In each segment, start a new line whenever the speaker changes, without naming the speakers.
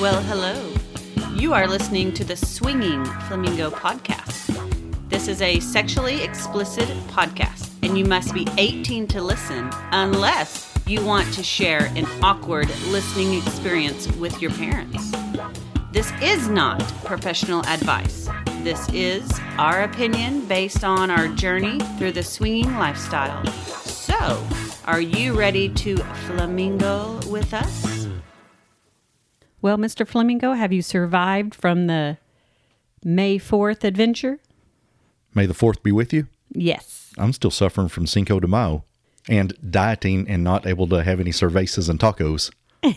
Well, hello. You are listening to the Swinging Flamingo podcast. This is a sexually explicit podcast, and you must be 18 to listen unless you want to share an awkward listening experience with your parents. This is not professional advice. This is our opinion based on our journey through the swinging lifestyle. So, are you ready to flamingo with us? Well, Mr. Flamingo, have you survived from the May 4th adventure?
May the 4th be with you.
Yes.
I'm still suffering from Cinco de Mayo and dieting and not able to have any cervezas and tacos.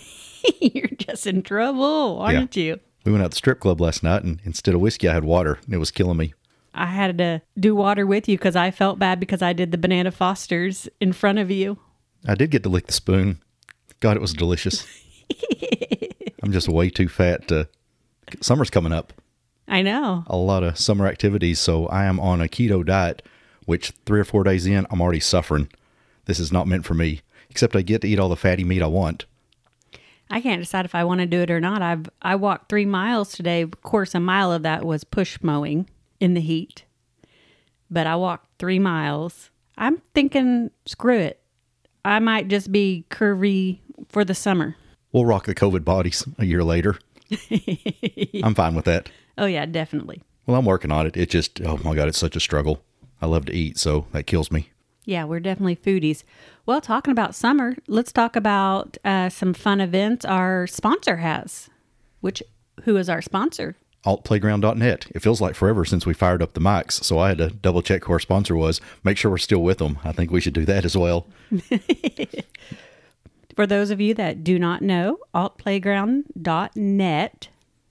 You're just in trouble, aren't you?
We went out to the strip club last night and instead of whiskey, I had water and it was killing me.
I had to do water with you because I felt bad because I did the banana fosters in front of you.
I did get to lick the spoon. God, it was delicious. I'm just way too fat to. Summer's coming up.
I know.
A lot of summer activities. So I am on a keto diet, which three or four days in, I'm already suffering. This is not meant for me, except I get to eat all the fatty meat I want.
I can't decide if I want to do it or not. I've I walked three miles today. Of course, a mile of that was push mowing in the heat, but I walked three miles. I'm thinking, screw it. I might just be curvy for the summer.
We'll rock the COVID bodies a year later. I'm fine with that.
Oh yeah, definitely.
Well, I'm working on it. It just, oh my God, it's such a struggle. I love to eat, so that kills me.
Yeah, we're definitely foodies. Well, talking about summer, let's talk about uh, some fun events our sponsor has. Which who is our sponsor?
Altplayground.net. It feels like forever since we fired up the mics, so I had to double check who our sponsor was, make sure we're still with them. I think we should do that as well.
For those of you that do not know, altplayground.net,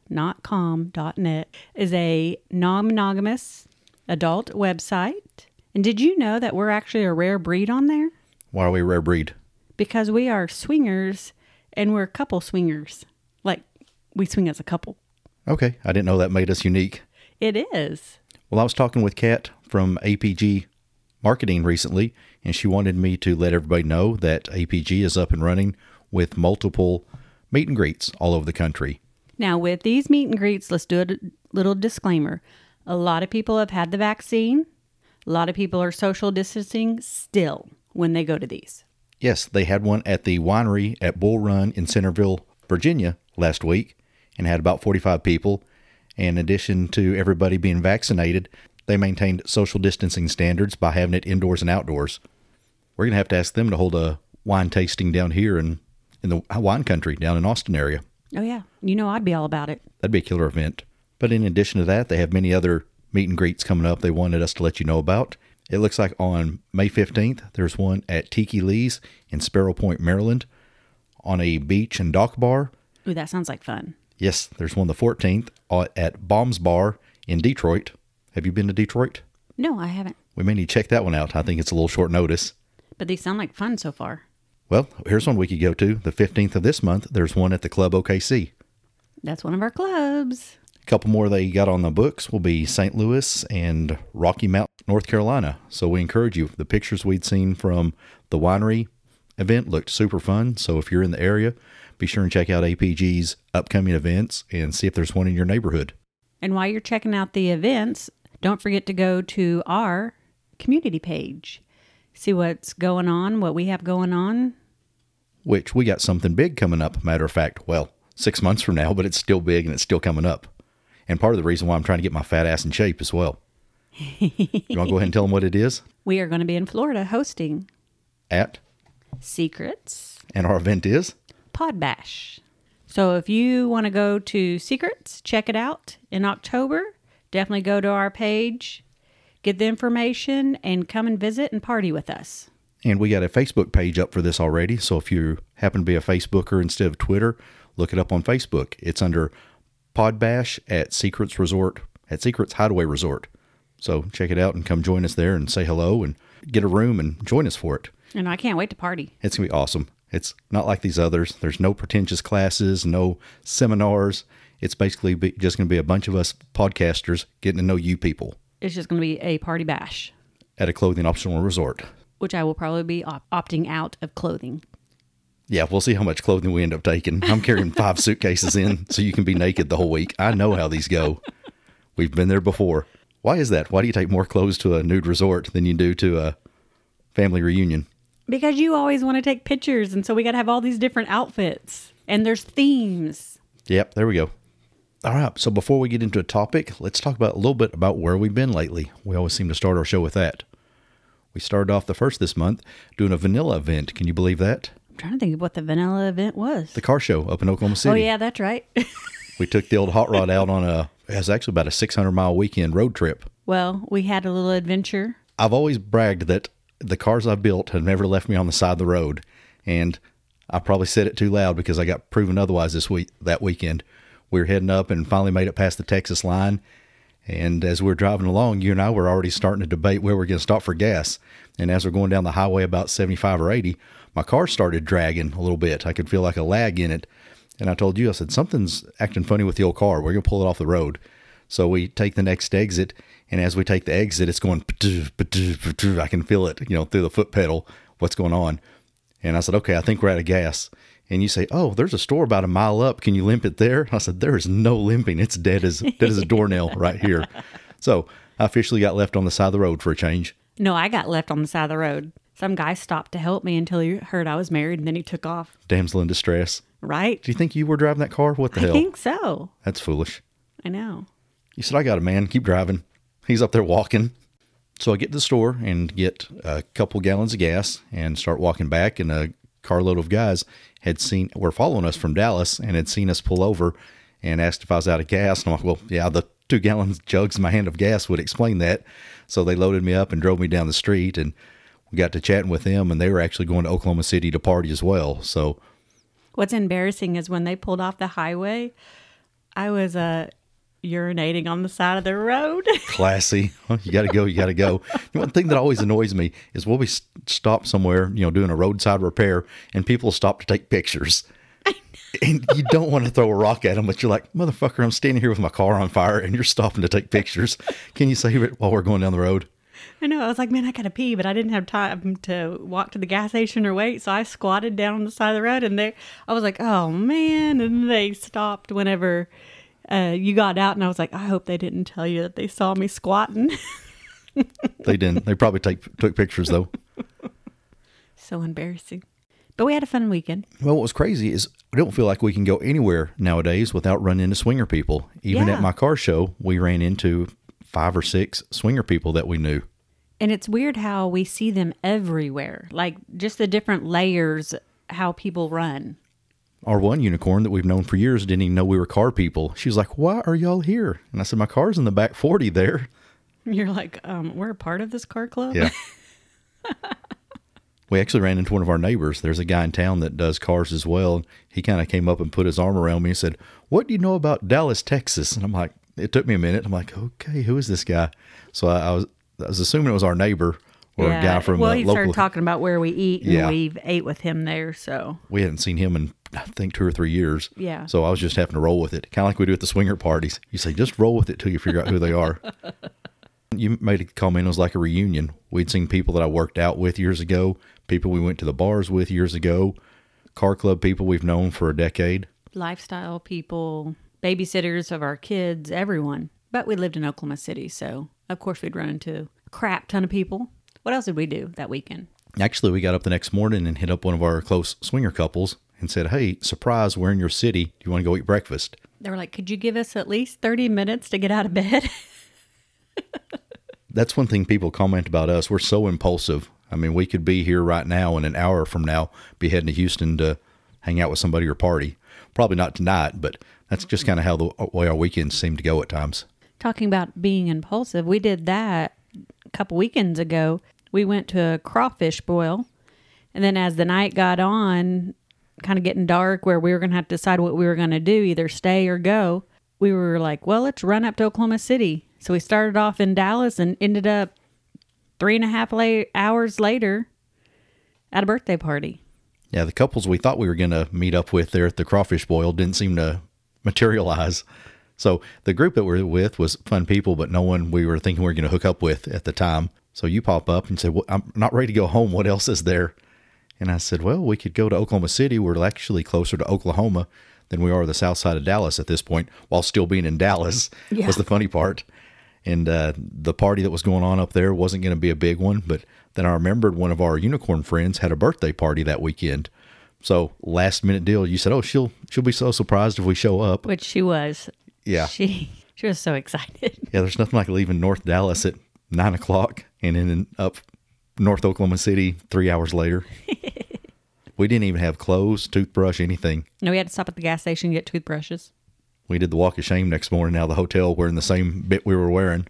not com.net, is a non monogamous adult website. And did you know that we're actually a rare breed on there?
Why are we a rare breed?
Because we are swingers and we're couple swingers. Like we swing as a couple.
Okay, I didn't know that made us unique.
It is.
Well, I was talking with Kat from APG Marketing recently, and she wanted me to let everybody know that APG is up and running with multiple meet and greets all over the country.
Now, with these meet and greets, let's do a d- little disclaimer. A lot of people have had the vaccine. A lot of people are social distancing still when they go to these.
Yes, they had one at the winery at Bull Run in Centerville, Virginia last week and had about 45 people. In addition to everybody being vaccinated, they maintained social distancing standards by having it indoors and outdoors. We're going to have to ask them to hold a wine tasting down here in, in the wine country down in Austin area.
Oh, yeah. You know, I'd be all about it.
That'd be a killer event. But in addition to that, they have many other meet and greets coming up they wanted us to let you know about. It looks like on May 15th, there's one at Tiki Lee's in Sparrow Point, Maryland, on a beach and dock bar.
Ooh, that sounds like fun.
Yes, there's one the 14th uh, at Bombs Bar in Detroit. Have you been to Detroit?
No, I haven't.
We may need to check that one out. I think it's a little short notice.
But these sound like fun so far.
Well, here's one we could go to. The 15th of this month, there's one at the Club OKC.
That's one of our clubs.
couple more they got on the books will be St. Louis and Rocky Mount, North Carolina. So we encourage you. The pictures we'd seen from the winery event looked super fun. So if you're in the area, be sure and check out APG's upcoming events and see if there's one in your neighborhood.
And while you're checking out the events, don't forget to go to our community page. See what's going on, what we have going on.
Which we got something big coming up. Matter of fact, well, six months from now, but it's still big and it's still coming up. And part of the reason why I'm trying to get my fat ass in shape as well. you want to go ahead and tell them what it is
We are going to be in Florida hosting
at?
Secrets
And our event is?
Pod Bash. So if you want to go to Secrets, check it out in October. Definitely go to our page, get the information, and come and visit and party with us.
And we got a Facebook page up for this already. So if you happen to be a Facebooker instead of Twitter, look it up on Facebook. It's under Podbash at Secrets Resort, at Secrets Hideaway Resort. So check it out and come join us there and say hello and get a room and join us for it.
And I can't wait to party.
It's going to be awesome. It's not like these others. There's no pretentious classes, no seminars. It's basically be, just going to be a bunch of us podcasters getting to know you people
It's just going to be a party bash,
at a clothing optional resort.
which I will probably be op- opting out of clothing.
Yeah, we'll see how much clothing we end up taking. I'm carrying five suitcases in so you can be naked the whole week. I know how these go. We've been there before. Why is that? Why do you take more clothes to a nude resort than you do to a family reunion?
Because you always want to take pictures, and so we got to have all these different outfits, and there's themes.
Yep, there we go. All right, so before we get into a topic, let's talk about a little bit about where we've been lately. We always seem to start our show with that. We started off the first this month doing a vanilla event. Can you believe that?
I'm trying to think of what the vanilla event was.
The car show up in Oklahoma City.
oh, yeah, that's right.
We took the old hot rod out on a, it was actually about a 600 mile weekend road trip.
well, we had a little adventure.
I've always bragged that the cars I've built have never left me on the side of the road, and I probably said it too loud because I got proven otherwise this week. That weekend, we were heading up and finally made it past the Texas line, and as we were driving along, you and I were already starting to debate where we are going to stop for gas. And as we're going down the highway about seventy-five or eighty, my car started dragging a little bit. I could feel like a lag in it, and I told you, I said something's acting funny with the old car. We're gonna pull it off the road. So we take the next exit, and as we take the exit, it's going. "Ptoo, ptoo, ptoo." I can feel it, you know, through the foot pedal. What's going on? And I said, "Okay, I think we're out of gas." And you say, "Oh, there's a store about a mile up. Can you limp it there?" I said, "There is no limping. It's dead as dead as a doornail right here." So I officially got left on the side of the road for a change.
No, I got left on the side of the road. Some guy stopped to help me until he heard I was married, and then he took off.
Damsel in distress.
Right?
Do you think you were driving that car? What the
I
hell?
think so.
That's foolish.
I know.
He said, I got it, man. Keep driving. He's up there walking. So I get to the store and get a couple gallons of gas and start walking back. And a carload of guys had seen, were following us from Dallas and had seen us pull over and asked if I was out of gas. And I'm like, well, yeah, the two gallons jugs in my hand of gas would explain that. So they loaded me up and drove me down the street. And we got to chatting with them. And they were actually going to Oklahoma City to party as well. So
What's embarrassing is when they pulled off the highway, I was uh, urinating on the side of the road.
classy. Huh, You got to go. You got to go. And one thing that always annoys me is we'll be s- stopped somewhere, you know, doing a roadside repair, and people stop to take pictures. And you don't want to throw a rock at them, but you're like, motherfucker, I'm standing here with my car on fire, and you're stopping to take pictures. Can you save it while we're going down the road?
I know. I was like, man, I gotta pee, but I didn't have time to walk to the gas station or wait. So I squatted down on the side of the road, and there I was like, oh man. And they stopped whenever uh, you got out, and I was like, I hope they didn't tell you that they saw me squatting.
They didn't. They probably take took pictures though.
so embarrassing. But we had a fun weekend.
Well, what was crazy is I don't feel like we can go anywhere nowadays without running into swinger people. Even
Yeah.
at my car show, we ran into five or six swinger people that we knew.
And it's weird how we see them everywhere, like just the different layers how people run.
our one unicorn that we've known for years didn't even know we were car people. She was like, Why are y'all here? And I said, My car's in the back 40 there.
You're like, um, we're a part of this car club.
Yeah. we actually ran into one of our neighbors. There's a guy in town that does cars as well. He kind of came up and put his arm around me and said, What do you know about Dallas, Texas? And I'm like, It took me a minute. I'm like, Okay, who is this guy? So I, I was I was assuming it was our neighbor or a guy from
well,
a
he
local.
started talking about where we eat, and
Yeah.
we've ate with him there. So
we hadn't seen him in I think two or three years.
Yeah.
So I was just having to roll with it, kind of like we do at the swinger parties. You say just roll with it till you figure out who they are. You made a comment. It was like a reunion. We'd seen people that I worked out with years ago, people we went to the bars with years ago, car club people we've known for a decade.
lifestyle people, babysitters of our kids, everyone. But we lived in Oklahoma City, so of course we'd run into a crap ton of people. What else did we do that weekend?
Actually, we got up the next morning and hit up one of our close swinger couples and said, "Hey, surprise! We're in your city. Do you want to go eat breakfast?"
They were like, "Could you give us at least thirty minutes to get out of bed?"
that's one thing people comment about us. We're so impulsive. I mean, we could be here right now and an hour from now be heading to Houston to hang out with somebody or party. Probably not tonight, but that's just kind of how the way our weekends seem to go at times.
Talking about being impulsive, we did that a couple weekends ago. We went to a crawfish boil, and then as the night got on, kind of getting dark, where we were going to have to decide what we were going to do, either stay or go. We were like, "Well, let's run up to Oklahoma City." So we started off in Dallas and ended up three and a half la- hours later at a birthday party.
Yeah, the couples we thought we were going to meet up with there at the crawfish boil didn't seem to materialize. So the group that we're with was fun people, but no one we were thinking we were going to hook up with at the time. So you pop up and say, well, I'm not ready to go home. What else is there? And I said, well, we could go to Oklahoma City. We're actually closer to Oklahoma than we are the south side of Dallas at this point, while still being in Dallas
Yeah.
was the funny part. And uh, the party that was going on up there wasn't going to be a big one. But then I remembered one of our unicorn friends had a birthday party that weekend. So last minute deal. You said, oh, she'll she'll be so surprised if we show up.
which she was.
Yeah.
She she was so excited.
Yeah, there's nothing like leaving North Dallas at nine o'clock and then up North Oklahoma City three hours later. we didn't even have clothes, toothbrush, anything.
No, we had to stop at the gas station and get toothbrushes.
We did the walk of shame next morning out of the hotel wearing the same bit we were wearing.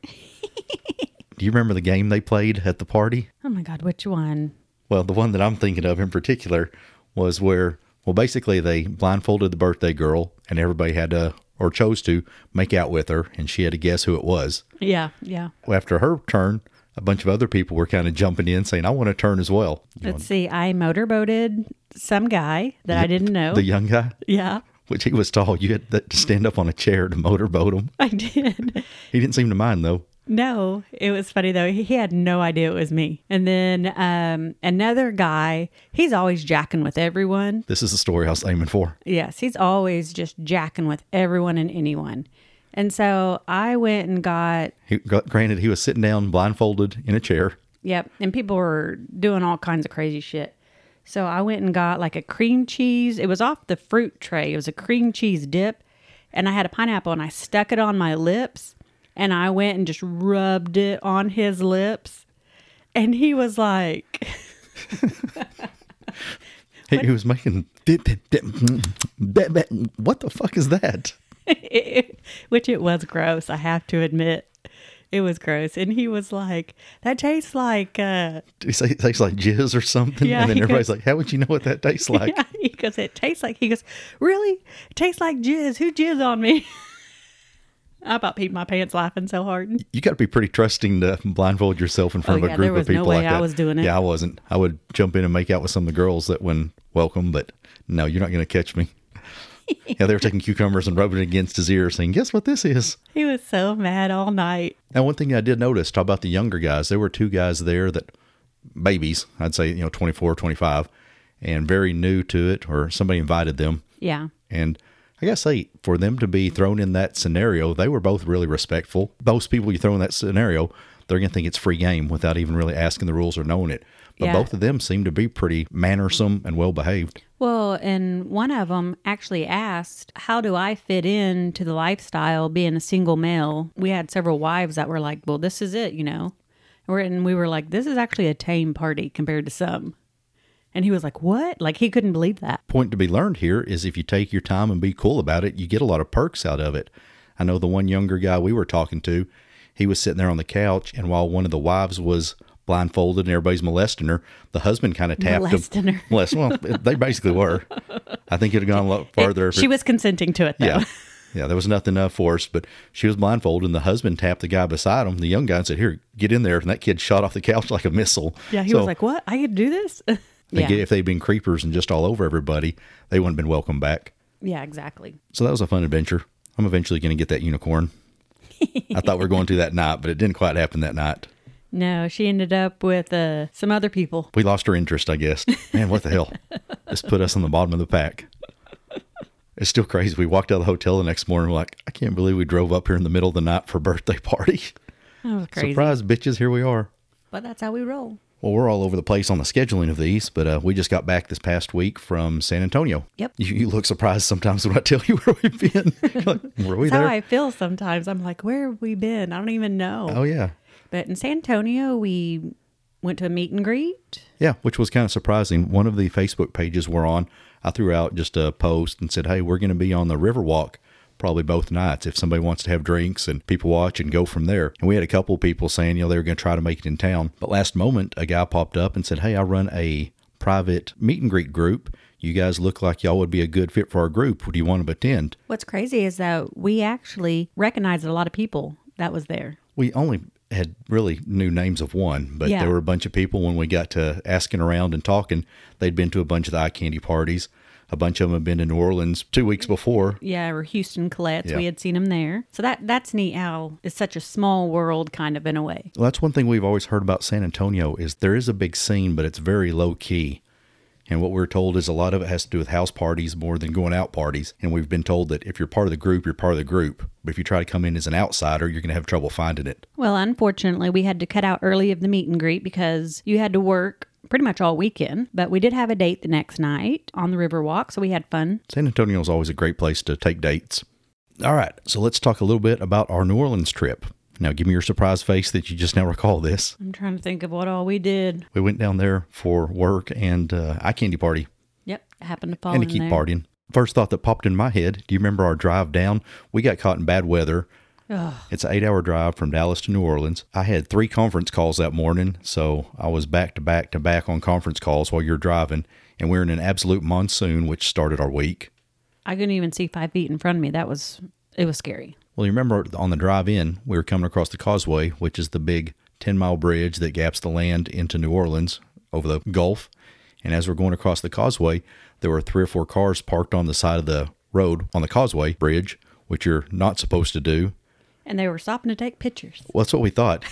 Do you remember the game they played at the party?
Oh my God, which one?
Well, the one that I'm thinking of in particular was where, well, basically they blindfolded the birthday girl and everybody had to, or chose to, make out with her and she had to guess who it was.
Yeah, yeah.
after her turn, a bunch of other people were kind of jumping in saying, I want to turn as well. You
Let's see. I motorboated some guy that I didn't know.
know, the young guy,
yeah,
which he was tall, you had to stand up on a chair to motorboat him.
I did.
He didn't seem to mind though.
No, it was funny though. He, he had no idea it was me. And then um, another guy, he's always jacking with everyone.
This is the story I was aiming for.
Yes, he's always just jacking with everyone and anyone. And so I went and got,
He, got- granted, he was sitting down blindfolded in a chair.
yep, and people were doing all kinds of crazy shit. So I went and got like a cream cheese. It was off the fruit tray, it was a cream cheese dip. And I had a pineapple and I stuck it on my lips. And I went and just rubbed it on his lips. And he was like,
He, he was making, mm, what the fuck is that?
which it was gross. I have to admit, it was gross. And he was like, "That tastes like," uh,
Did he say it tastes like jizz or something?
Yeah,
and then
he
everybody's
goes-
like, how would you know what that tastes like?
yeah, he goes, "It tastes like." He goes, "Really? It tastes like jizz. Who jizz on me?" I about peed my pants laughing so hard.
you got to be pretty trusting to blindfold yourself in front
Oh,
of
yeah,
a
there
group
was
of
no
people
way
like
I
that.
was doing it.
Yeah, I wasn't. I would jump in and make out with some of the girls that when welcome, but no, you're not going to catch me. yeah, they were taking cucumbers and rubbing it against his ear, saying, "Guess what this is."
He was so mad all night.
Now, one thing I did notice, talk about the younger guys. There were two guys there that babies, I'd say, you know, 24, 25, and very new to it, or somebody invited them.
Yeah,
And I gotta say, for them to be thrown in that scenario, they were both really respectful. Most people you throw in that scenario, they're gonna think it's free game without even really asking the rules or knowing it. But
Yeah.
both of them seem to be pretty mannersome and well behaved.
Well, and one of them actually asked, How do I fit in to the lifestyle being a single male? We had several wives that were like, Well, this is it, you know? We're- And we were like, This is actually a tame party compared to some. And he was like, What? Like, he couldn't believe that.
Point to be learned here is if you take your time and be cool about it, you get a lot of perks out of it. I know the one younger guy we were talking to, he was sitting there on the couch, and while one of the wives was blindfolded and everybody's molesting her, the husband kind of tapped
Molesting
him.
her.
Molest- well, they basically were. I think it'd have gone a lot farther. if it-
she was consenting to it, though.
Yeah. Yeah, there was nothing uh, forced, but she was blindfolded, and the husband tapped the guy beside him, the young guy, and said, Here, get in there. And that kid shot off the couch like a missile.
Yeah, he
So,
was like, What? I could do this? yeah.
again, If they'd been creepers and just all over everybody, they wouldn't have been welcome back.
yeah, exactly.
So that was a fun adventure. I'm eventually going to get that unicorn. I thought we were going to that night, but it didn't quite happen that night.
No, she ended up with uh, some other people.
We lost her interest, I guess. Man, what the hell? This put us on the bottom of the pack. It's still crazy. We walked out of the hotel the next morning. We're like, I can't believe we drove up here in the middle of the night for a birthday party.
That was crazy.
Surprise, bitches, here we are.
But that's how we roll.
Well, we're all over the place on the scheduling of these, but uh, we just got back this past week from San Antonio.
Yep.
You, you look surprised sometimes when I tell you where we've been. You're like, were we
That's
there?
how I feel sometimes. I'm like, Where have we been? I don't even know.
oh, yeah.
But in San Antonio, we went to a meet and greet.
Yeah, which was kind of surprising. One of the Facebook pages we're on, I threw out just a post and said, hey, we're going to be on the Riverwalk probably both nights if somebody wants to have drinks and people watch and go from there. And we had a couple people saying, you know, they were going to try to make it in town. But last moment, a guy popped up and said, hey, I run a private meet and greet group. You guys look like y'all would be a good fit for our group. Do you want to attend?
What's crazy is that we actually recognized a lot of people that was there.
We only had really new names of one, but
Yeah.
there were a bunch of people when we got to asking around and talking. They'd been to a bunch of the eye candy parties. A bunch of them had been to New Orleans two weeks before.
Yeah, or Houston Colette's.
Yeah.
We had seen them there. So that that's neat how it's such a small world kind of in a way.
Well, that's one thing we've always heard about San Antonio is there is a big scene, but it's very low key. And what we're told is a lot of it has to do with house parties more than going out parties. And we've been told that if you're part of the group, you're part of the group. But if you try to come in as an outsider, you're going to have trouble finding it.
Well, unfortunately, we had to cut out early of the meet and greet because you had to work pretty much all weekend. But we did have a date the next night on the river walk, so we had fun.
San Antonio is always a great place to take dates. All right, so let's talk a little bit about our New Orleans trip. Now, give me your surprise face that you just now recall this.
I'm trying to think of what all we did.
We went down there for work and uh, eye candy party
Yep, happened to fall
and to
in
keep
there.
partying. First thought that popped in my head do you remember our drive down? We got caught in bad weather. It's an eight hour drive from Dallas to New Orleans. I had three conference calls that morning, so I was back to back to back on conference calls while you're driving, and we're in an absolute monsoon, which started our week.
I couldn't even see five feet in front of me. That was it was scary.
Well, you remember on the drive in, we were coming across the causeway, which is the big 10 mile bridge that gaps the land into New Orleans over the Gulf. And as we're going across the causeway, there were three or four cars parked on the side of the road on the causeway bridge, which you're not supposed to do.
And they were stopping to take pictures.
Well, that's what we thought.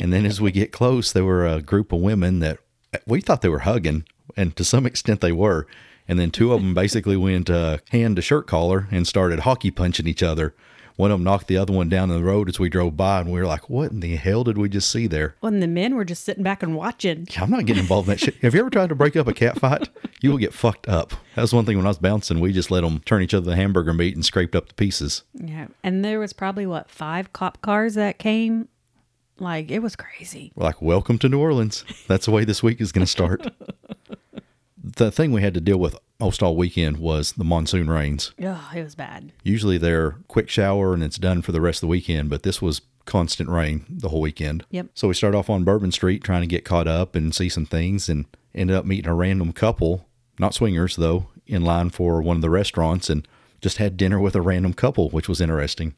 And then as we get close, there were a group of women that we thought they were hugging, and to some extent they were. And then two of them basically went uh, hand to shirt collar and started hockey punching each other. One of them knocked the other one down in the road as we drove by, and we were like, "What in the hell did we just see there?"
Well, and the men were just sitting back and watching.
Yeah, I'm not getting involved in that shit. Have you ever tried to break up a cat fight? You will get fucked up. That was one thing when I was bouncing. We just let them turn each other the hamburger meat and scraped up the pieces.
Yeah. And there was probably what, five cop cars that came? Like it was crazy.
We're like, welcome to New Orleans. That's the way this week is going to start. the thing we had to deal with most all weekend was the monsoon rains.
Oh, it was bad.
Usually they're quick shower and it's done for the rest of the weekend, but this was constant rain the whole weekend.
Yep.
So we started off on Bourbon Street trying to get caught up and see some things and ended up meeting a random couple, not swingers though, in line for one of the restaurants and just had dinner with a random couple, which was interesting.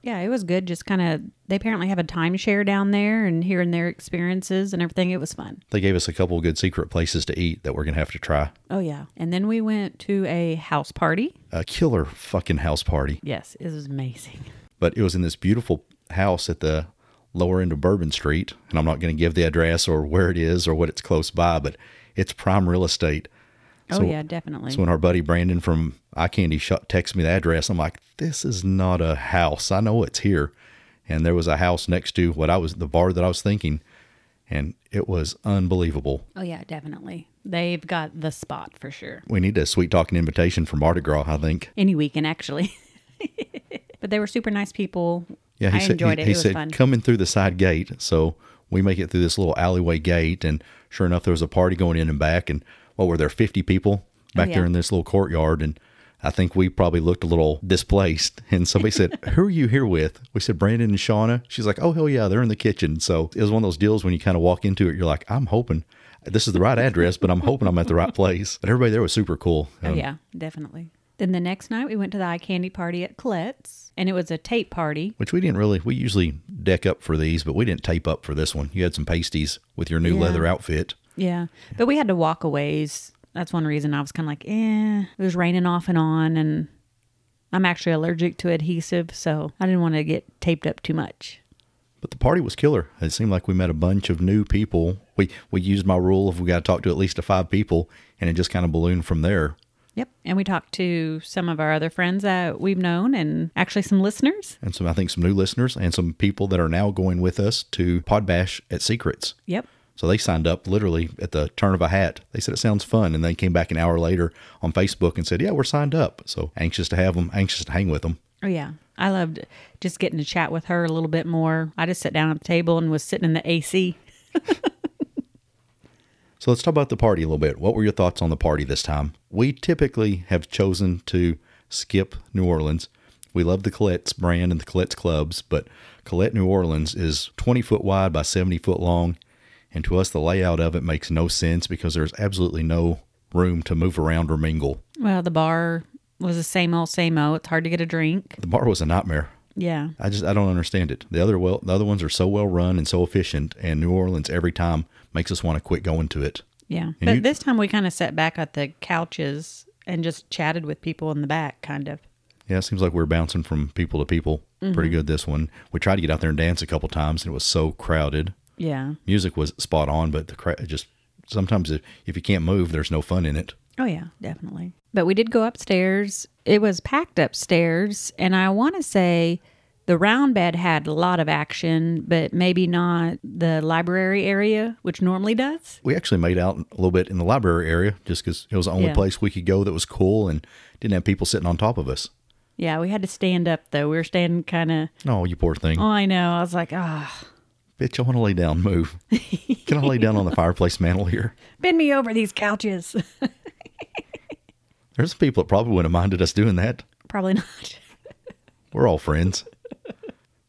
Yeah, it was good. Just kind of, they apparently have a timeshare down there and hearing their experiences and everything. It was fun.
They gave us a couple of good secret places to eat that we're going to have to try.
Oh, yeah. And then we went to a house party.
A killer fucking house party.
Yes, it was amazing.
but it was in this beautiful house at the lower end of Bourbon Street. And I'm not going to give the address or where it is or what it's close by, but it's prime real estate.
Oh,
So-
yeah, definitely.
So when our buddy Brandon from Eye Candy Shop texted me the address, I'm like, this is not a house. I know it's here. And there was a house next to what I was, the bar that I was thinking. And it was unbelievable.
oh, yeah, definitely. They've got the spot for sure.
We need a sweet talking invitation for Mardi Gras, I think.
Any weekend, actually. but they were super nice people.
Yeah, he
I
said,
enjoyed
he,
it.
he
it was
said,
fun.
come in through the side gate. So we make it through this little alleyway gate. And sure enough, there was a party going in and back. And what were there, 50 people back
Oh, yeah.
there in this little courtyard? And I think we probably looked a little displaced. And somebody said, Who are you here with? We said, Brandon and Shauna. She's like, Oh, hell yeah, they're in the kitchen. So it was one of those deals when you kind of walk into it, you're like, I'm hoping this is the right address, but I'm hoping I'm at the right place. But everybody there was super cool. Um,
Oh, yeah, definitely. Then the next night, we went to the eye candy party at Colette's, and it was a tape party.
which we didn't really we usually deck up for these but we didn't tape up for this one you had some pasties with your new
Yeah.
leather outfit
Yeah. But we had to walk a ways. That's one reason I was kind of like, eh, it was raining off and on. And I'm actually allergic to adhesive. So I didn't want to get taped up too much.
but the party was killer it seemed like we met a bunch of new people we we used my rule of we got to talk to at least to five people and it just kind of ballooned from there
Yep. And we talked to some of our other friends that we've known and actually some listeners.
and some i think some new listeners and some people that are now going with us to podbash at secrets
Yep.
so they signed up literally at the turn of a hat they said it sounds fun and they came back an hour later on facebook and said yeah we're signed up so anxious to have them anxious to hang with them
Oh, yeah. I loved just getting to chat with her a little bit more. I just sat down at the table and was sitting in the AC.
So let's talk about the party a little bit. What were your thoughts on the party this time? We typically have chosen to skip New Orleans. We love the Colette's brand and the Colette's clubs, but Colette New Orleans is 20 foot wide by 70 foot long. And to us, the layout of it makes no sense because there's absolutely no room to move around or mingle.
Well, the bar was the same old, same old. It's hard to get a drink.
The bar was a nightmare.
Yeah.
I just I don't understand it. The other well the other ones are so well run and so efficient, and New Orleans every time makes us want to quit going to it.
Yeah.
And
but
you-
this time we kind of sat back at the couches and just chatted with people in the back, kind of.
Yeah, it seems like we're bouncing from people to people pretty good this one. We tried to get out there and dance a couple times and it was so crowded.
Yeah.
Music was spot on, but the cra- it just sometimes if, if you can't move, there's no fun in it.
Oh, yeah, definitely. But we did go upstairs. It was packed upstairs. And I want to say the round bed had a lot of action, but maybe not the library area, which normally does.
We actually made out a little bit in the library area just because it was the only
Yeah.
place we could go that was cool and didn't have people sitting on top of us.
Yeah, we had to stand up, though. We were standing kind of,
Oh, you poor thing.
oh, I know. I was like, ah,
Bitch, I want to lay down. Move. Can I lay down on the fireplace mantle here?
bend me over these couches.
There's some people that probably wouldn't have minded us doing that.
Probably not.
We're all friends.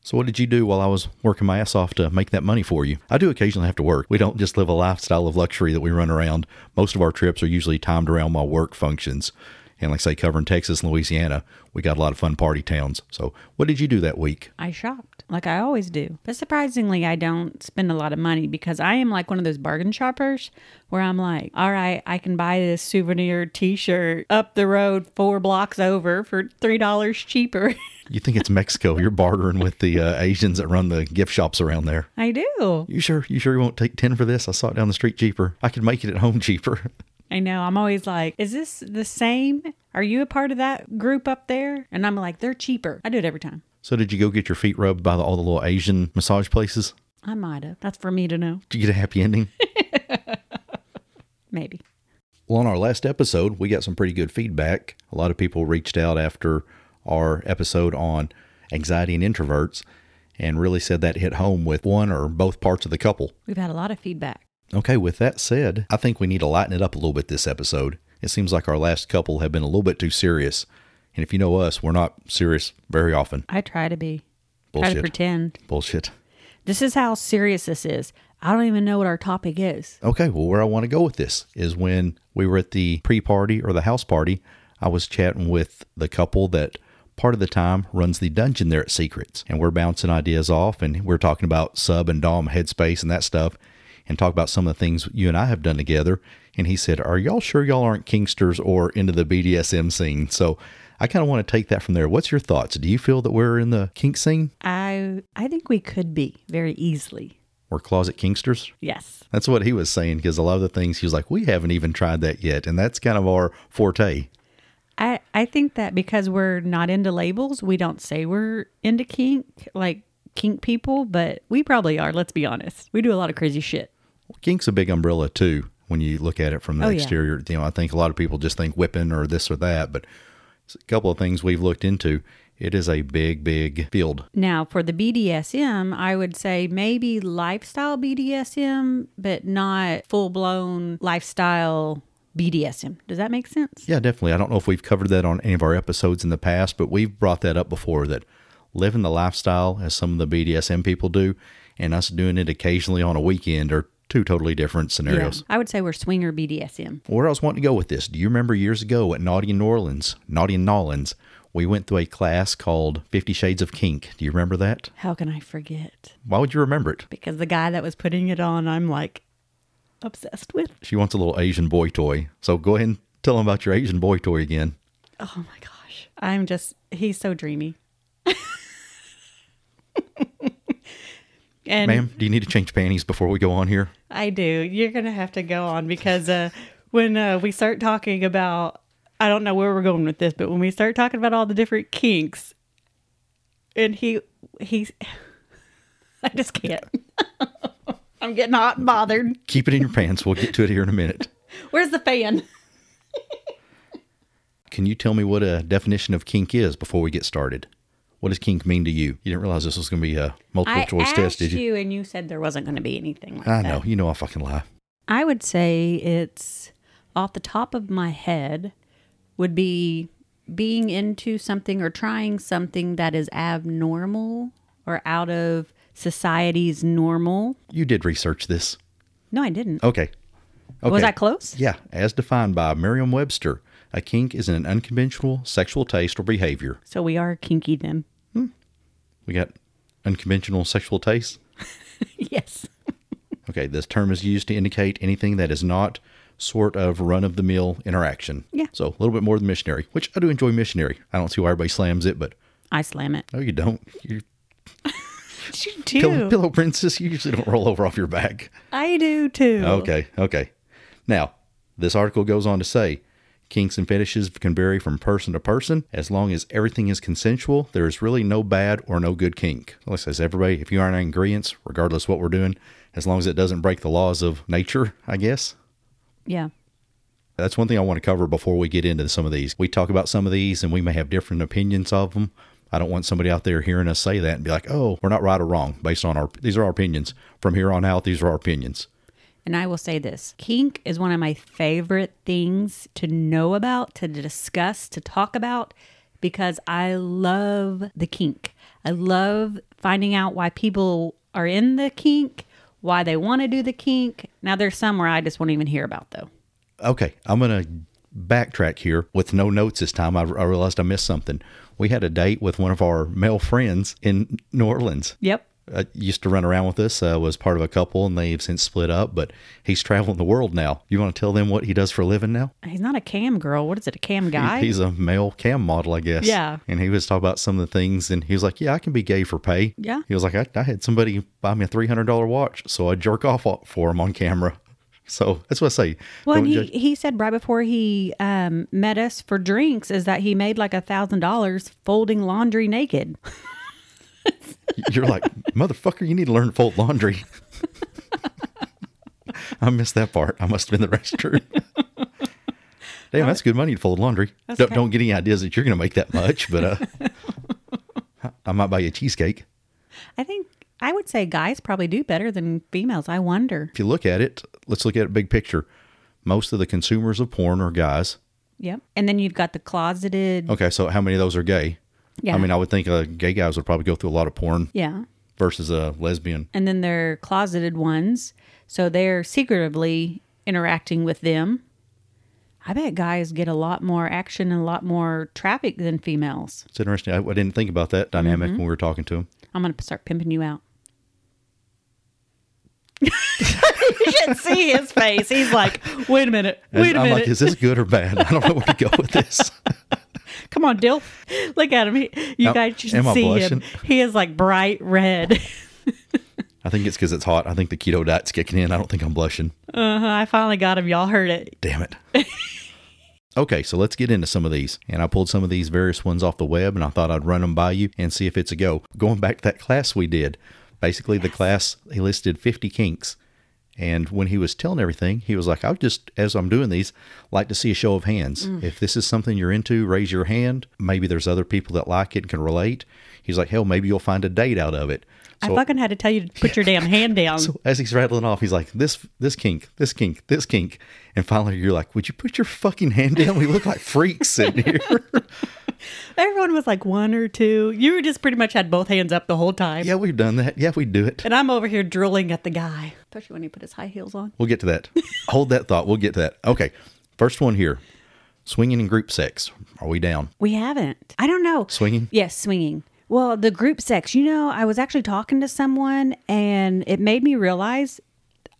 So, what did you do while I was working my ass off to make that money for you? I do occasionally have to work. We don't just live a lifestyle of luxury that we run around. Most of our trips are usually timed around my work functions. And, like, say, covering Texas and Louisiana, we got a lot of fun party towns. So, what did you do that week?
I shopped like I always do. But surprisingly, I don't spend a lot of money because I am like one of those bargain shoppers where I'm like, all right, I can buy this souvenir t shirt up the road four blocks over for $3 cheaper.
You think it's Mexico. You're bartering with the uh, Asians that run the gift shops around there.
I do.
You sure? You sure you won't take 10 for this? I saw it down the street cheaper. I could make it at home cheaper.
I know. I'm always like, is this the same? Are you a part of that group up there? And I'm like, they're cheaper. I do it every time.
So, did you go get your feet rubbed by the, all the little Asian massage places?
I might have. That's for me to know.
Did you get a happy ending?
Maybe.
Well, on our last episode, we got some pretty good feedback. A lot of people reached out after our episode on anxiety and introverts and really said that hit home with one or both parts of the couple.
We've had a lot of feedback.
Okay, with that said, I think we need to lighten it up a little bit this episode. It seems like our last couple have been a little bit too serious. And if you know us, we're not serious very often.
I try to be. Try to
Bullshit.
pretend.
Bullshit.
This is how serious this is. I don't even know what our topic is.
Okay, well, where I want to go with this is when we were at the pre party or the house party, I was chatting with the couple that part of the time runs the dungeon there at Secrets. And we're bouncing ideas off and we're talking about sub and Dom headspace and that stuff and talk about some of the things you and I have done together. And he said, Are y'all sure y'all aren't Kingsters or into the BDSM scene? So I kind of want to take that from there. What's your thoughts? Do you feel that we're in the kink scene?
I I think we could be very easily.
We're closet Kingsters?
Yes.
That's what he was saying because a lot of the things he was like, we haven't even tried that yet, and that's kind of our forte.
I I think that because we're not into labels, we don't say we're into kink like kink people, but we probably are, let's be honest. We do a lot of crazy shit.
Kink's a big umbrella too when you look at it from the
Oh, yeah.
exterior. You know, I think a lot of people just think whipping or this or that, but it's a couple of things we've looked into. It is a big, big field.
Now, for the BDSM, I would say maybe lifestyle BDSM, but not full-blown lifestyle BDSM. Does that make sense?
Yeah, definitely. I don't know if we've covered that on any of our episodes in the past, but we've brought that up before that living the lifestyle as some of the BDSM people do, and us doing it occasionally on a weekend are two totally different scenarios.
I would say we're swinger BDSM.
Where I was wanting to go with this, do you remember years ago at Naughty in New Orleans, Naughty in Nolans, we went through a class called Fifty Shades of Kink. Do you remember that?
How can I forget?
Why would you remember it?
because the guy that was putting it on, I'm like obsessed with.
She wants a little Asian boy toy. So go ahead and tell them about your Asian boy toy again.
Oh my gosh. I'm just, he's so dreamy. and
Ma'am, do you need to change panties before we go on here?
I do. You're going to have to go on because uh, when uh, we start talking about, I don't know where we're going with this, but when we start talking about all the different kinks, and he, he's, I just can't. I'm getting hot and bothered.
Keep it in your pants. We'll get to it here in a minute.
Where's the fan?
Can you tell me what a definition of kink is before we get started? What does kink mean to you? You didn't realize this was going to be a multiple
I
choice
asked
test, did you?
you, and you said there wasn't going to be anything like
I
that.
know. You know I fucking lie.
I would say it's off the top of my head would be being into something or trying something that is abnormal or out of society's normal.
You did research this.
No, I didn't.
Okay. okay.
Was I close?
Yeah, as defined by Merriam Webster, a kink is an unconventional sexual taste or behavior.
So we are kinky then.
We got unconventional sexual taste.
yes.
Okay, this term is used to indicate anything that is not sort of run of the mill interaction.
Yeah.
So a little bit more than missionary, which I do enjoy missionary. I don't see why everybody slams it, but
I slam it.
no, you don't. You
You do.
pillow, pillow princess, you usually don't roll over off your back.
I do too.
Okay, okay. Now, this article goes on to say kinks and fetishes can vary from person to person. As long as everything is consensual, there is really no bad or no good kink. Well, it says everybody, if you aren't in ingredients, regardless what we're doing, as long as it doesn't break the laws of nature, I guess.
Yeah.
That's one thing I want to cover before we get into some of these. We talk about some of these and we may have different opinions of them. I don't want somebody out there hearing us say that and be like, "Oh, we're not right or wrong based on our these are our opinions. From here on out, these are our opinions."
And I will say this kink is one of my favorite things to know about, to discuss, to talk about, because I love the kink. I love finding out why people are in the kink, why they want to do the kink. Now, there's some where I just won't even hear about, though.
Okay, I'm going to backtrack here with no notes this time. I, I realized I missed something. We had a date with one of our male friends in New Orleans.
Yep.
I used to run around with this. I was part of a couple, and they've since split up. But he's traveling the world now. You want to tell them what he does for a living now?
He's not a cam girl. What is it, a cam guy?
He's a male cam model, I guess.
Yeah.
And he was talking about some of the things, and he was like, "Yeah, I can be gay for pay."
Yeah.
He was like, "I, I had somebody buy me a three hundred dollar watch, so I jerk off for him on camera." So that's what I say.
well, and
Don't
he,
judge-
he said right before he um, met us for drinks is that he made like a thousand dollars folding laundry naked.
You're like, motherfucker, you need to learn to fold laundry. I missed that part. I must have been in the restroom. Damn, that's good money to fold laundry. Don't,
kind-
don't get any ideas that you're going to make that much, but uh, I might buy you a cheesecake.
I think I would say guys probably do better than females. I wonder.
If you look at it, let's look at it big picture. Most of the consumers of porn are guys.
Yep. And then you've got the closeted.
Okay, so how many of those are gay?
Yeah.
Oh, I mean, I would think uh, gay guys would probably go through a lot of porn
Yeah.
versus a lesbian.
And then they're closeted ones. So they're secretively interacting with them. I bet guys get a lot more action and a lot more traffic than females.
It's interesting. I, I didn't think about that dynamic when we were talking to him.
I'm going to start pimping you out. you can see his face. He's like, wait a minute.
And
Wait a
I'm
minute.
like, is this good or bad? I don't know where to go with this.
Come on, Dill. Look at him. He, you
Am-
guys should
am I
see him.
blushing?
He is like bright red.
I think it's because it's hot. I think the keto diet's kicking in. I don't think I'm blushing.
Uh-huh, I finally got him. Y'all heard it.
Damn it. okay, so let's get into some of these. And I pulled some of these various ones off the web and I thought I'd run them by you and see if it's a go. Going back to that class we did, basically the class, he listed 50 kinks. And when he was telling everything, he was like, I would just, as I'm doing these, like to see a show of hands. If this is something you're into, raise your hand. Maybe there's other people that like it and can relate. He's like, hell, maybe you'll find a date out of it.
I fucking had to tell you to put your damn hand down.
So as he's rattling off, he's like, "This, this kink, this kink, this kink," and finally you're like, "Would you put your fucking hand down? We look like freaks sitting here."
Everyone was like one or two. You were just pretty much had both hands up the whole time.
yeah, we've done that. Yeah, we do it.
And I'm over here drooling at the guy. Especially when he put his high heels on.
We'll get to that. Hold that thought. We'll get to that. Okay, first one here: swinging in group sex. Are we down?
We haven't. I don't know.
Swinging?
Yes, swinging. Well, the group sex, you know, I was actually talking to someone and it made me realize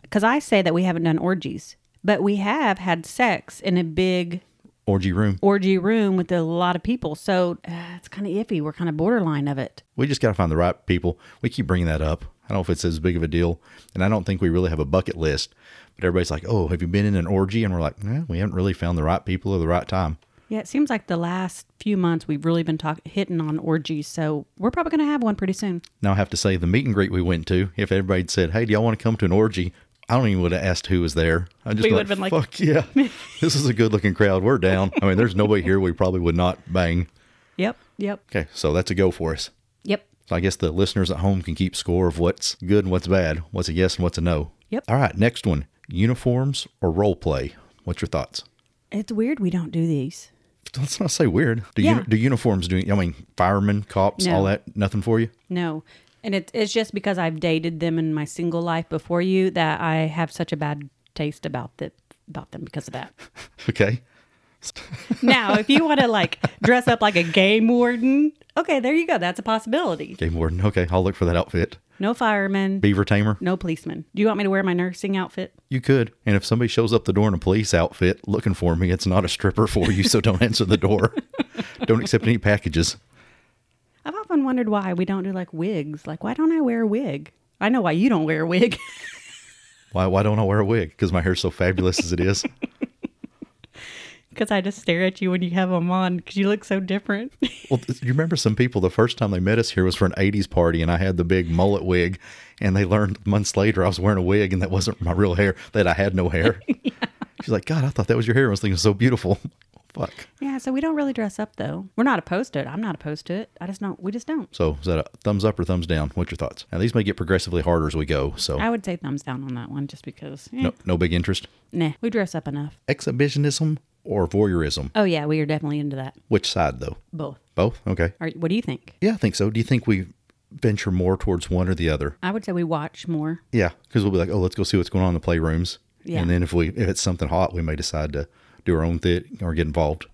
because I say that we haven't done orgies, but we have had sex in a big
Orgy room.
orgy room with a lot of people. So uh, it's kind of iffy. We're kind of borderline of it.
We just gotta find the right people. We keep bringing that up. I don't know if it's as big of a deal, and I don't think we really have a bucket list. But everybody's like, "Oh, have you been in an orgy?" And we're like, "No, we haven't really found the right people or the right time."
Yeah, it seems like the last few months we've really been talk- hitting on orgies. So we're probably going to have one pretty soon.
Now I have to say the meet and greet we went to, if everybody'd said, Hey, do y'all want to come to an orgy? I don't even would have asked who was there. I just
We
like,
would've been like-
fuck yeah. this is a good looking crowd. We're down. I mean, there's nobody here we probably would not bang.
Yep, yep,
Okay, so that's a go for us.
yep.
So I guess the listeners at home can keep score of what's good and what's bad, what's a yes and what's a no.
Yep.
All right, next one. Uniforms or role play? What's your thoughts?
It's weird we don't do these.
Let's not say weird. Do
Yeah.
uni- do uniforms do I mean firemen, cops,
No.
all that, nothing for you?
No. And it, it's just because I've dated them in my single life before you that I have such a bad taste about the about them because of that.
Okay.
Now, if you want to like dress up like a game warden, okay, there you go. That's a possibility.
Game warden. Okay, I'll look for that outfit.
No fireman,
Beaver tamer.
no policeman. Do you want me to wear my nursing outfit?
You could. And if somebody shows up the door in a police outfit looking for me, it's not a stripper for you, so don't answer the door. don't accept any packages.
I've often wondered why we don't do like wigs. Like, why don't I wear a wig? I know why you don't wear a wig.
Why, why don't I wear a wig? Because my hair's so fabulous as it is.
Because I just stare at you when you have them on because you look so different.
Well, th- you remember some people, the first time they met us here was for an 80s party, and I had the big mullet wig, and they learned months later I was wearing a wig, and that wasn't my real hair, that I had no hair. She's like, God, I thought that was your hair. I was thinking, so beautiful. Fuck.
yeah, so we don't really dress up though. We're not opposed to it. I'm not opposed to it. I just don't. We just don't.
So is that a thumbs up or thumbs down? What's your thoughts? Now, these may get progressively harder as we go, so
I would say thumbs down on that one just because. eh,
no, no big interest.
Nah, we dress up enough.
Exhibitionism or voyeurism?
Oh yeah, we are definitely into that.
Which side, though?
Both.
Both? Okay.
Are, what do you think?
Yeah, I think so. Do you think we venture more towards one or the other?
I would say we watch more.
Yeah, because we'll be like, oh, let's go see what's going on in the playrooms.
Yeah.
And then if we if it's something hot, we may decide to do our own thing or get involved.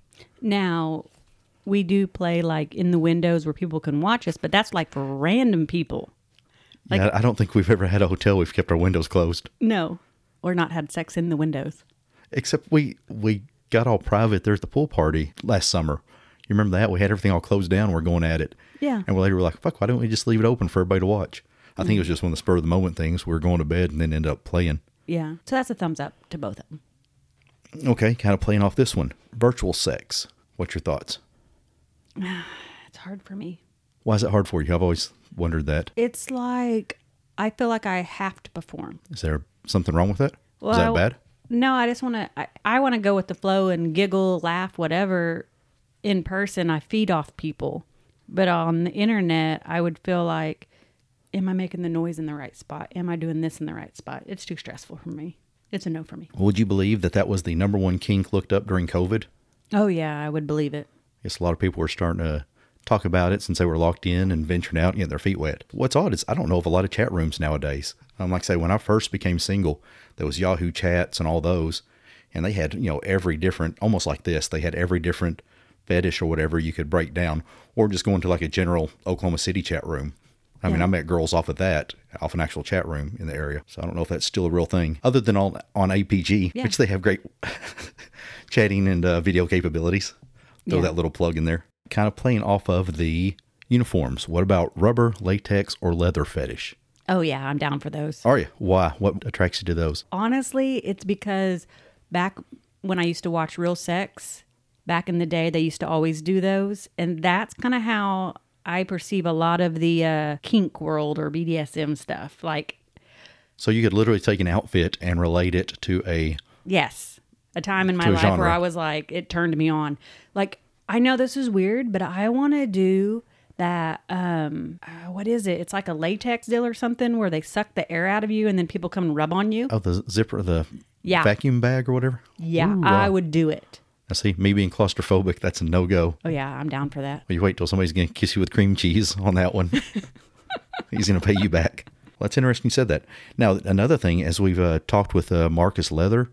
Now, we do play like in the windows where people can watch us, but that's like for random people. Like-
yeah, I don't think we've ever had a hotel we've kept our windows closed,
No, or not had sex in the windows.
except we we got all private there at the pool party last summer. You remember that? We had everything all closed down. We're going at it.
Yeah.
And we later were like, fuck, why don't we just leave it open for everybody to watch? I think it was just one of the spur of the moment things. We were going to bed and then ended up playing.
Yeah. So that's a thumbs up to both of them.
Okay, kind of playing off this one. Virtual sex. What's your thoughts?
It's hard for me.
Why is it hard for you? I've always wondered that.
It's like I feel like I have to perform.
Is there something wrong with that? Is that bad?
No, I just want to. I, I want to go with the flow and giggle, laugh, whatever. In person, I feed off people, but on the internet, I would feel like, am I making the noise in the right spot? Am I doing this in the right spot? It's too stressful for me. It's a no for me.
Would you believe that that was the number one kink looked up during COVID?
Oh yeah, I would believe it.
Yes, a lot of people were starting to talk about it since they were locked in and venturing out and getting their feet wet. What's odd is I don't know of a lot of chat rooms nowadays. Um, like I say, when I first became single, there was Yahoo chats and all those, and they had you know every different, almost like this. They had every different fetish or whatever you could break down, or just go into like a general Oklahoma City chat room. I mean, I met girls off of that, off an actual chat room in the area. So I don't know if that's still a real thing, other than on on APG,
Yeah.
which they have great chatting and uh, video capabilities. Throw
Yeah.
that little plug in there. Kind of playing off of the uniforms. What about rubber, latex, or leather fetish?
Oh yeah, I'm down for those.
Are you? Why? What attracts you to those?
honestly, it's because back when I used to watch Real Sex, back in the day, they used to always do those. And that's kind of how I perceive a lot of the uh, kink world or BDSM stuff. Like,
So you could literally take an outfit and relate it to a
yes, a time in my
To a
life where
genre.
I was like, it turned me on. Like, I know this is weird, but I want to do that um uh, what is it it's like a latex deal or something where they suck the air out of you and then people come and rub on you
oh the zipper, the
Yeah.
vacuum bag or whatever.
yeah
Ooh,
i
wow.
would do it
I see. Me being claustrophobic, that's a no go.
oh yeah i'm down for that
Well, you wait till somebody's going to kiss you with cream cheese on that one. He's going to pay you back. Well, that's interesting you said that. Now, another thing, as we've uh, talked with uh, Marcus Leather,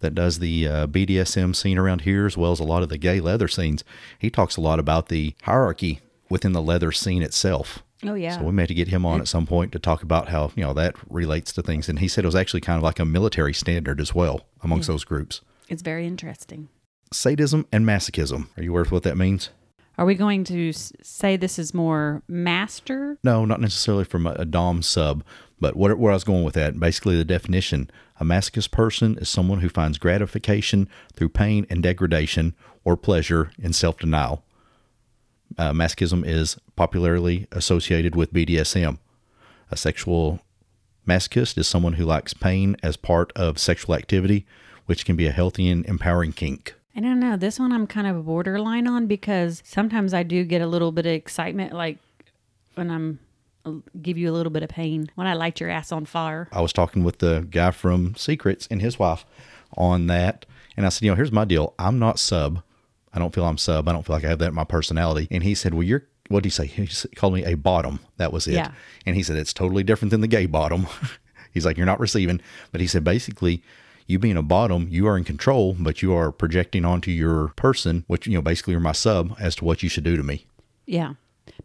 that does the uh, BDSM scene around here, as well as a lot of the gay leather scenes, he talks a lot about the hierarchy within the leather scene itself.
Oh, yeah.
So we may have to get him on at some point to talk about how, you know, that relates to things. And he said it was actually kind of like a military standard as well amongst those groups.
It's very interesting.
Sadism and masochism. Are you aware of what that means?
Are we going to s- say this is more master?
No, not necessarily from a, a dom sub, but what where I was going with that, basically the definition: a masochist person is someone who finds gratification through pain and degradation, or pleasure in self-denial. Uh, masochism is popularly associated with BDSM. A sexual masochist is someone who likes pain as part of sexual activity, which can be a healthy and empowering kink.
I don't know. This one I'm kind of borderline on because sometimes I do get a little bit of excitement, like when I'm uh, give you a little bit of pain when I light your ass on fire.
I was talking with the guy from Secrets and his wife on that. And I said, you know, here's my deal. I'm not sub. I don't feel I'm sub. I don't feel like I have that in my personality. And he said, well, you're, what did he say? He s- called me a bottom. That was it.
Yeah.
And he said, it's totally different than the gay bottom. He's like, you're not receiving. But he said, basically, you being a bottom, you are in control, but you are projecting onto your person, which, you know, basically you're my sub as to what you should do to me.
Yeah,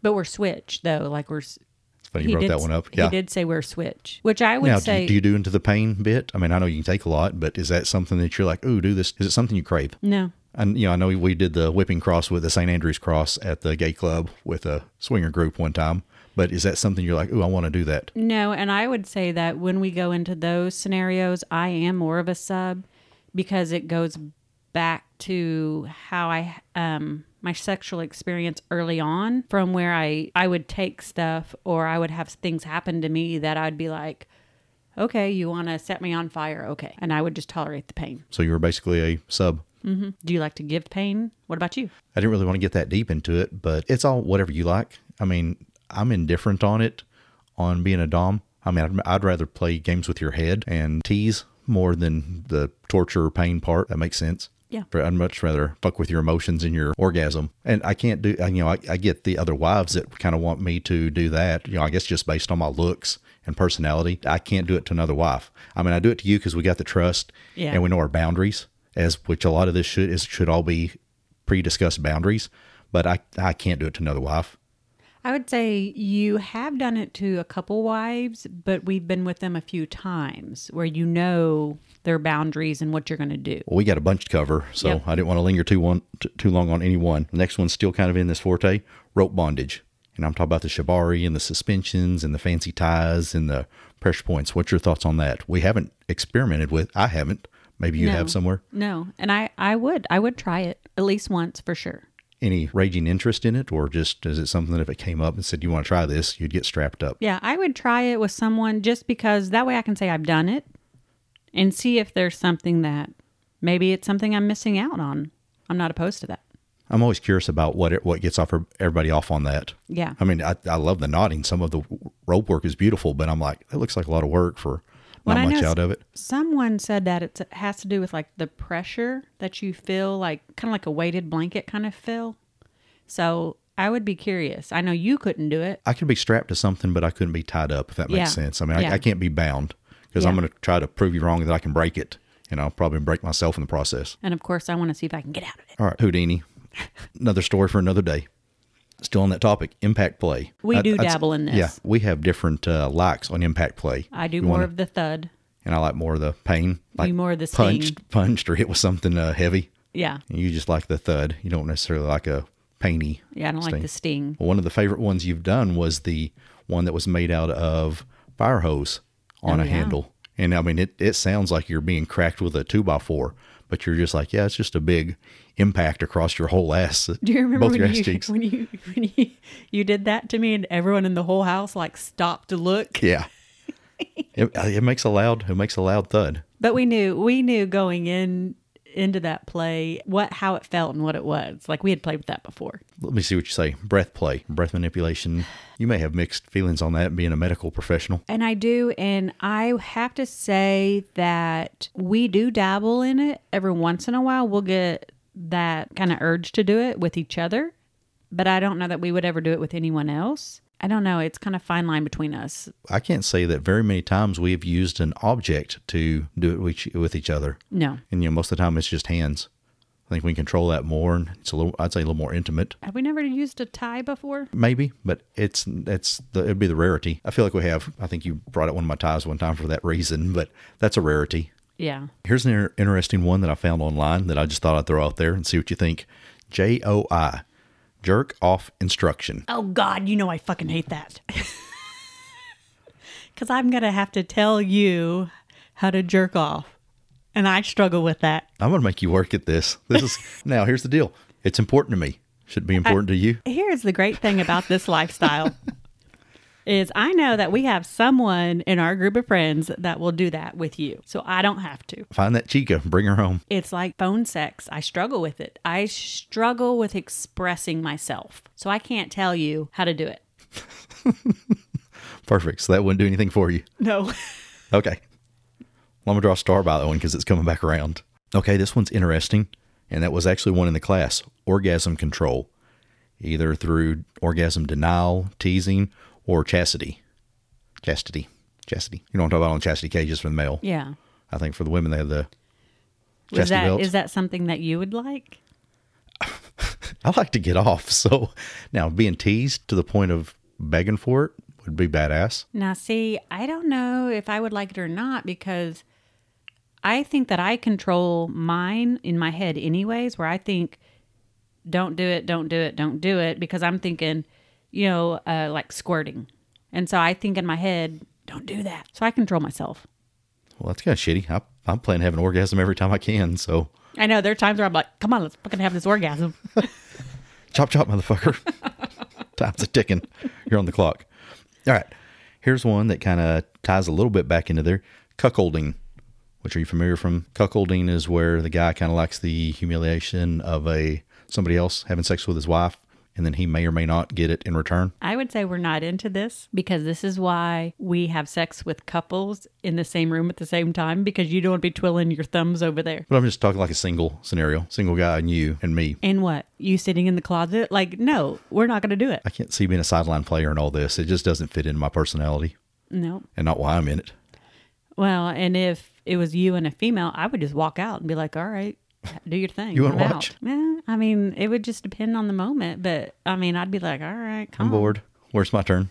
but we're switch though. Like we're. s-
It's funny you wrote
did,
that one up.
He did say we're switch, which I would
now, do you-
say
do you do into the pain bit? I mean, I know you can take a lot, but is that something that you're like, ooh, do this? Is it something you crave?
no.
And you know, I know we did the whipping cross with the St. Andrew's cross at the gay club with a swinger group one time. But is that something you're like, oh, I want to do that?
No, and I would say that when we go into those scenarios, I am more of a sub because it goes back to how I um my sexual experience early on from where I I would take stuff or I would have things happen to me that I'd be like, "Okay, you want to set me on fire? Okay." And I would just tolerate the pain.
So you were basically a sub.
Do you like to give pain? What about you?
I didn't really want to get that deep into it, but it's all whatever you like. I mean, I'm indifferent on it, on being a Dom. I mean, I'd, I'd rather play games with your head and tease more than the torture or pain part. That makes sense.
Yeah.
But I'd much rather fuck with your emotions and your orgasm. And I can't do, I- you know, I, I get the other wives that kind of want me to do that. You know, I guess just based on my looks and personality, I can't do it to another wife. I mean, I do it to you because we got the trust
Yeah.
and we know our boundaries, as which a lot of this should is should all be pre-discussed boundaries. But I I can't do it to another wife.
I would say you have done it to a couple wives, but we've been with them a few times where you know their boundaries and what you're going to do.
Well, we got a bunch to cover, so
Yep.
I didn't want to linger too one t- too long on any one. The next one's still kind of in this forte rope bondage, and I'm talking about the shibari and the suspensions and the fancy ties and the pressure points. What's your thoughts on that? We haven't experimented with. I haven't. Maybe you
No.
have somewhere.
No, and I I would I would try it at least once for sure.
Any raging interest in it, or just is it something that if it came up and said you want to try this, you'd get strapped up?
Yeah, I would try it with someone just because that way I can say I've done it and see if there's something that maybe it's something I'm missing out on. I'm not opposed to that.
I'm always curious about what it, what gets off er, everybody off on that.
Yeah.
I mean, I, I love the knotting. Some of the rope work is beautiful, but I'm like, that looks like a lot of work for
What
not
I know
much
is-
out of it.
Someone said that it's, it has to do with like the pressure that you feel, like kind of like a weighted blanket kind of feel. So I would be curious. I know you couldn't do it.
I could be strapped to something, but I couldn't be tied up, if that makes
Yeah.
sense. I mean,
Yeah.
I, I can't be bound because I'm
Yeah.
going to try to prove you wrong that I can break it, and I'll probably break myself in the process.
And of course, I want to see if I can get out of it.
All right, Houdini. another story for another day. Still on that topic, impact play.
We do
I'd s-
dabble in this.
Yeah, we have different uh, likes on impact play.
I do
You
more
wanna-
of the thud.
and I like more of the pain, like
more of the sting.
punched, punched or hit with something uh, heavy.
Yeah.
And you just like the thud. You don't necessarily like a painy.
Yeah, I don't like the sting.
Well, one of the favorite ones you've done was the one that was made out of fire hose on
Oh,
a
yeah.
handle. And I mean, it, it sounds like you're being cracked with a two by four, but you're just like, yeah, it's just a big impact across your whole ass.
Do you remember
both your
when
ass
you,
cheeks?
when you when you you did that to me and everyone in the whole house like stopped to look?
Yeah. it, uh, it makes a loud, it makes a loud thud.
But we knew we knew going in into that play what how it felt and what it was. Like we had played with that before.
Let me see what you say. Breath play, breath manipulation. You may have mixed feelings on that being a medical professional.
And I do and I have to say that we do dabble in it every once in a while. We'll get that kind of urge to do it with each other, but I don't know that we would ever do it with anyone else. I don't know. It's kind of fine line between us.
I can't say that very many times we have used an object to do it with- with each other.
No.
And you know, most of the time it's just hands. I think we can control that more, and it's a little. I'd say a little more intimate,
Have we never used a tie before?
maybe. But it's it's the, it'd be the rarity. I feel like we have. I think you brought out one of my ties one time for that reason, but that's a rarity.
Yeah.
Here's an inter- interesting one that I found online that I just thought I'd throw out there and see what you think. J O I, jerk off instruction.
Oh God, you know I fucking hate that. Cause I'm gonna have to tell you how to jerk off. And I struggle with that.
I'm gonna make you work at this. This is now. Here's the deal. It's important to me. Should be important to you.
Here's the great thing about this lifestyle is I know that we have someone in our group of friends that will do that with you. So I don't have to.
Find that chica, bring her home.
It's like phone sex. I struggle with it. I struggle with expressing myself. So I can't tell you how to do it.
Perfect. So that wouldn't do anything for you.
No.
Okay. Well, I'm going to draw a star by that one because it's coming back around. Okay, this one's interesting. And that was actually one in the class orgasm control, either through orgasm denial, teasing, or chastity. Chastity. Chastity. You know what I'm talking about on chastity cages for the male.
Yeah.
I think for the women, they have the
Is
chastity
that
belt.
is that something that you would like?
I like to get off. So now being teased to the point of begging for it would be badass.
Now, see, I don't know if I would like it or not because I think that I control mine in my head, anyways, where I think, don't do it, don't do it, don't do it, because I'm thinking, you know, uh, like squirting. And so I think in my head, don't do that. So I control myself.
Well, that's kind of shitty. I, I'm planning to have an orgasm every time I can. So
I know there are times where I'm like, come on, let's fucking have this orgasm.
chop, chop, motherfucker. Time's a ticking. You're on the clock. All right. Here's one that kind of ties a little bit back into there cuckolding, which are you familiar from? Cuckolding is where the guy kind of likes the humiliation of a somebody else having sex with his wife, and then he may or may not get it in return.
I would say we're not into this because this is why we have sex with couples in the same room at the same time because you don't want to be twiddling your thumbs over there.
But I'm just talking like a single scenario, single guy and you and me.
And what? You sitting in the closet? Like, no, we're not going to do it.
I can't see being a sideline player and all this. It just doesn't fit into my personality
No.
and not why I'm in it.
Well, and if it was you and a female, I would just walk out and be like, all right, do your thing.
You wouldn't
I'm
watch?
out." Eh, I mean, it would just depend on the moment. But I mean, I'd be like, all right, come
I'm
on.
bored. Where's my turn?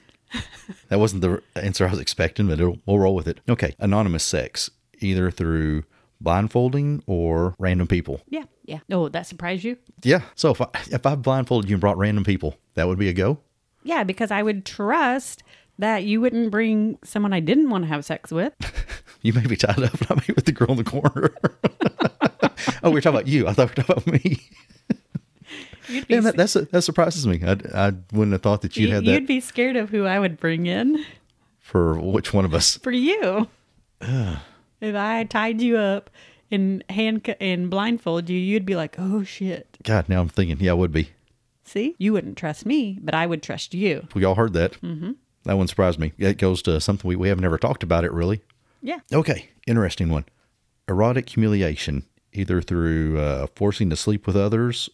that wasn't the answer I was expecting, but it'll, we'll roll with it. Okay, anonymous sex, either through blindfolding or random people.
Yeah. Yeah. Oh, that surprised you?
Yeah. So if I, if I blindfolded you and brought random people, that would be a go.
Yeah, because I would trust that you wouldn't bring someone I didn't want to have sex with.
You may be tied up, and I may with the girl in the corner. oh, we were talking about you. I thought we were talking about me.
You'd be
Damn, that, that's, that surprises me. I, I wouldn't have thought that you'd
You-
had that
You'd be scared of who I would bring in
for which one of us.
for you. if I tied you up and hand and blindfold you, you'd be like, "Oh shit!"
God, now I'm thinking, yeah, I would be.
See, you wouldn't trust me, but I would trust you.
We all heard that. Mm-hmm. That one surprised me. It goes to something we, we have never talked about it really.
Yeah,
Okay, interesting one. Erotic humiliation, either through uh, forcing to sleep with others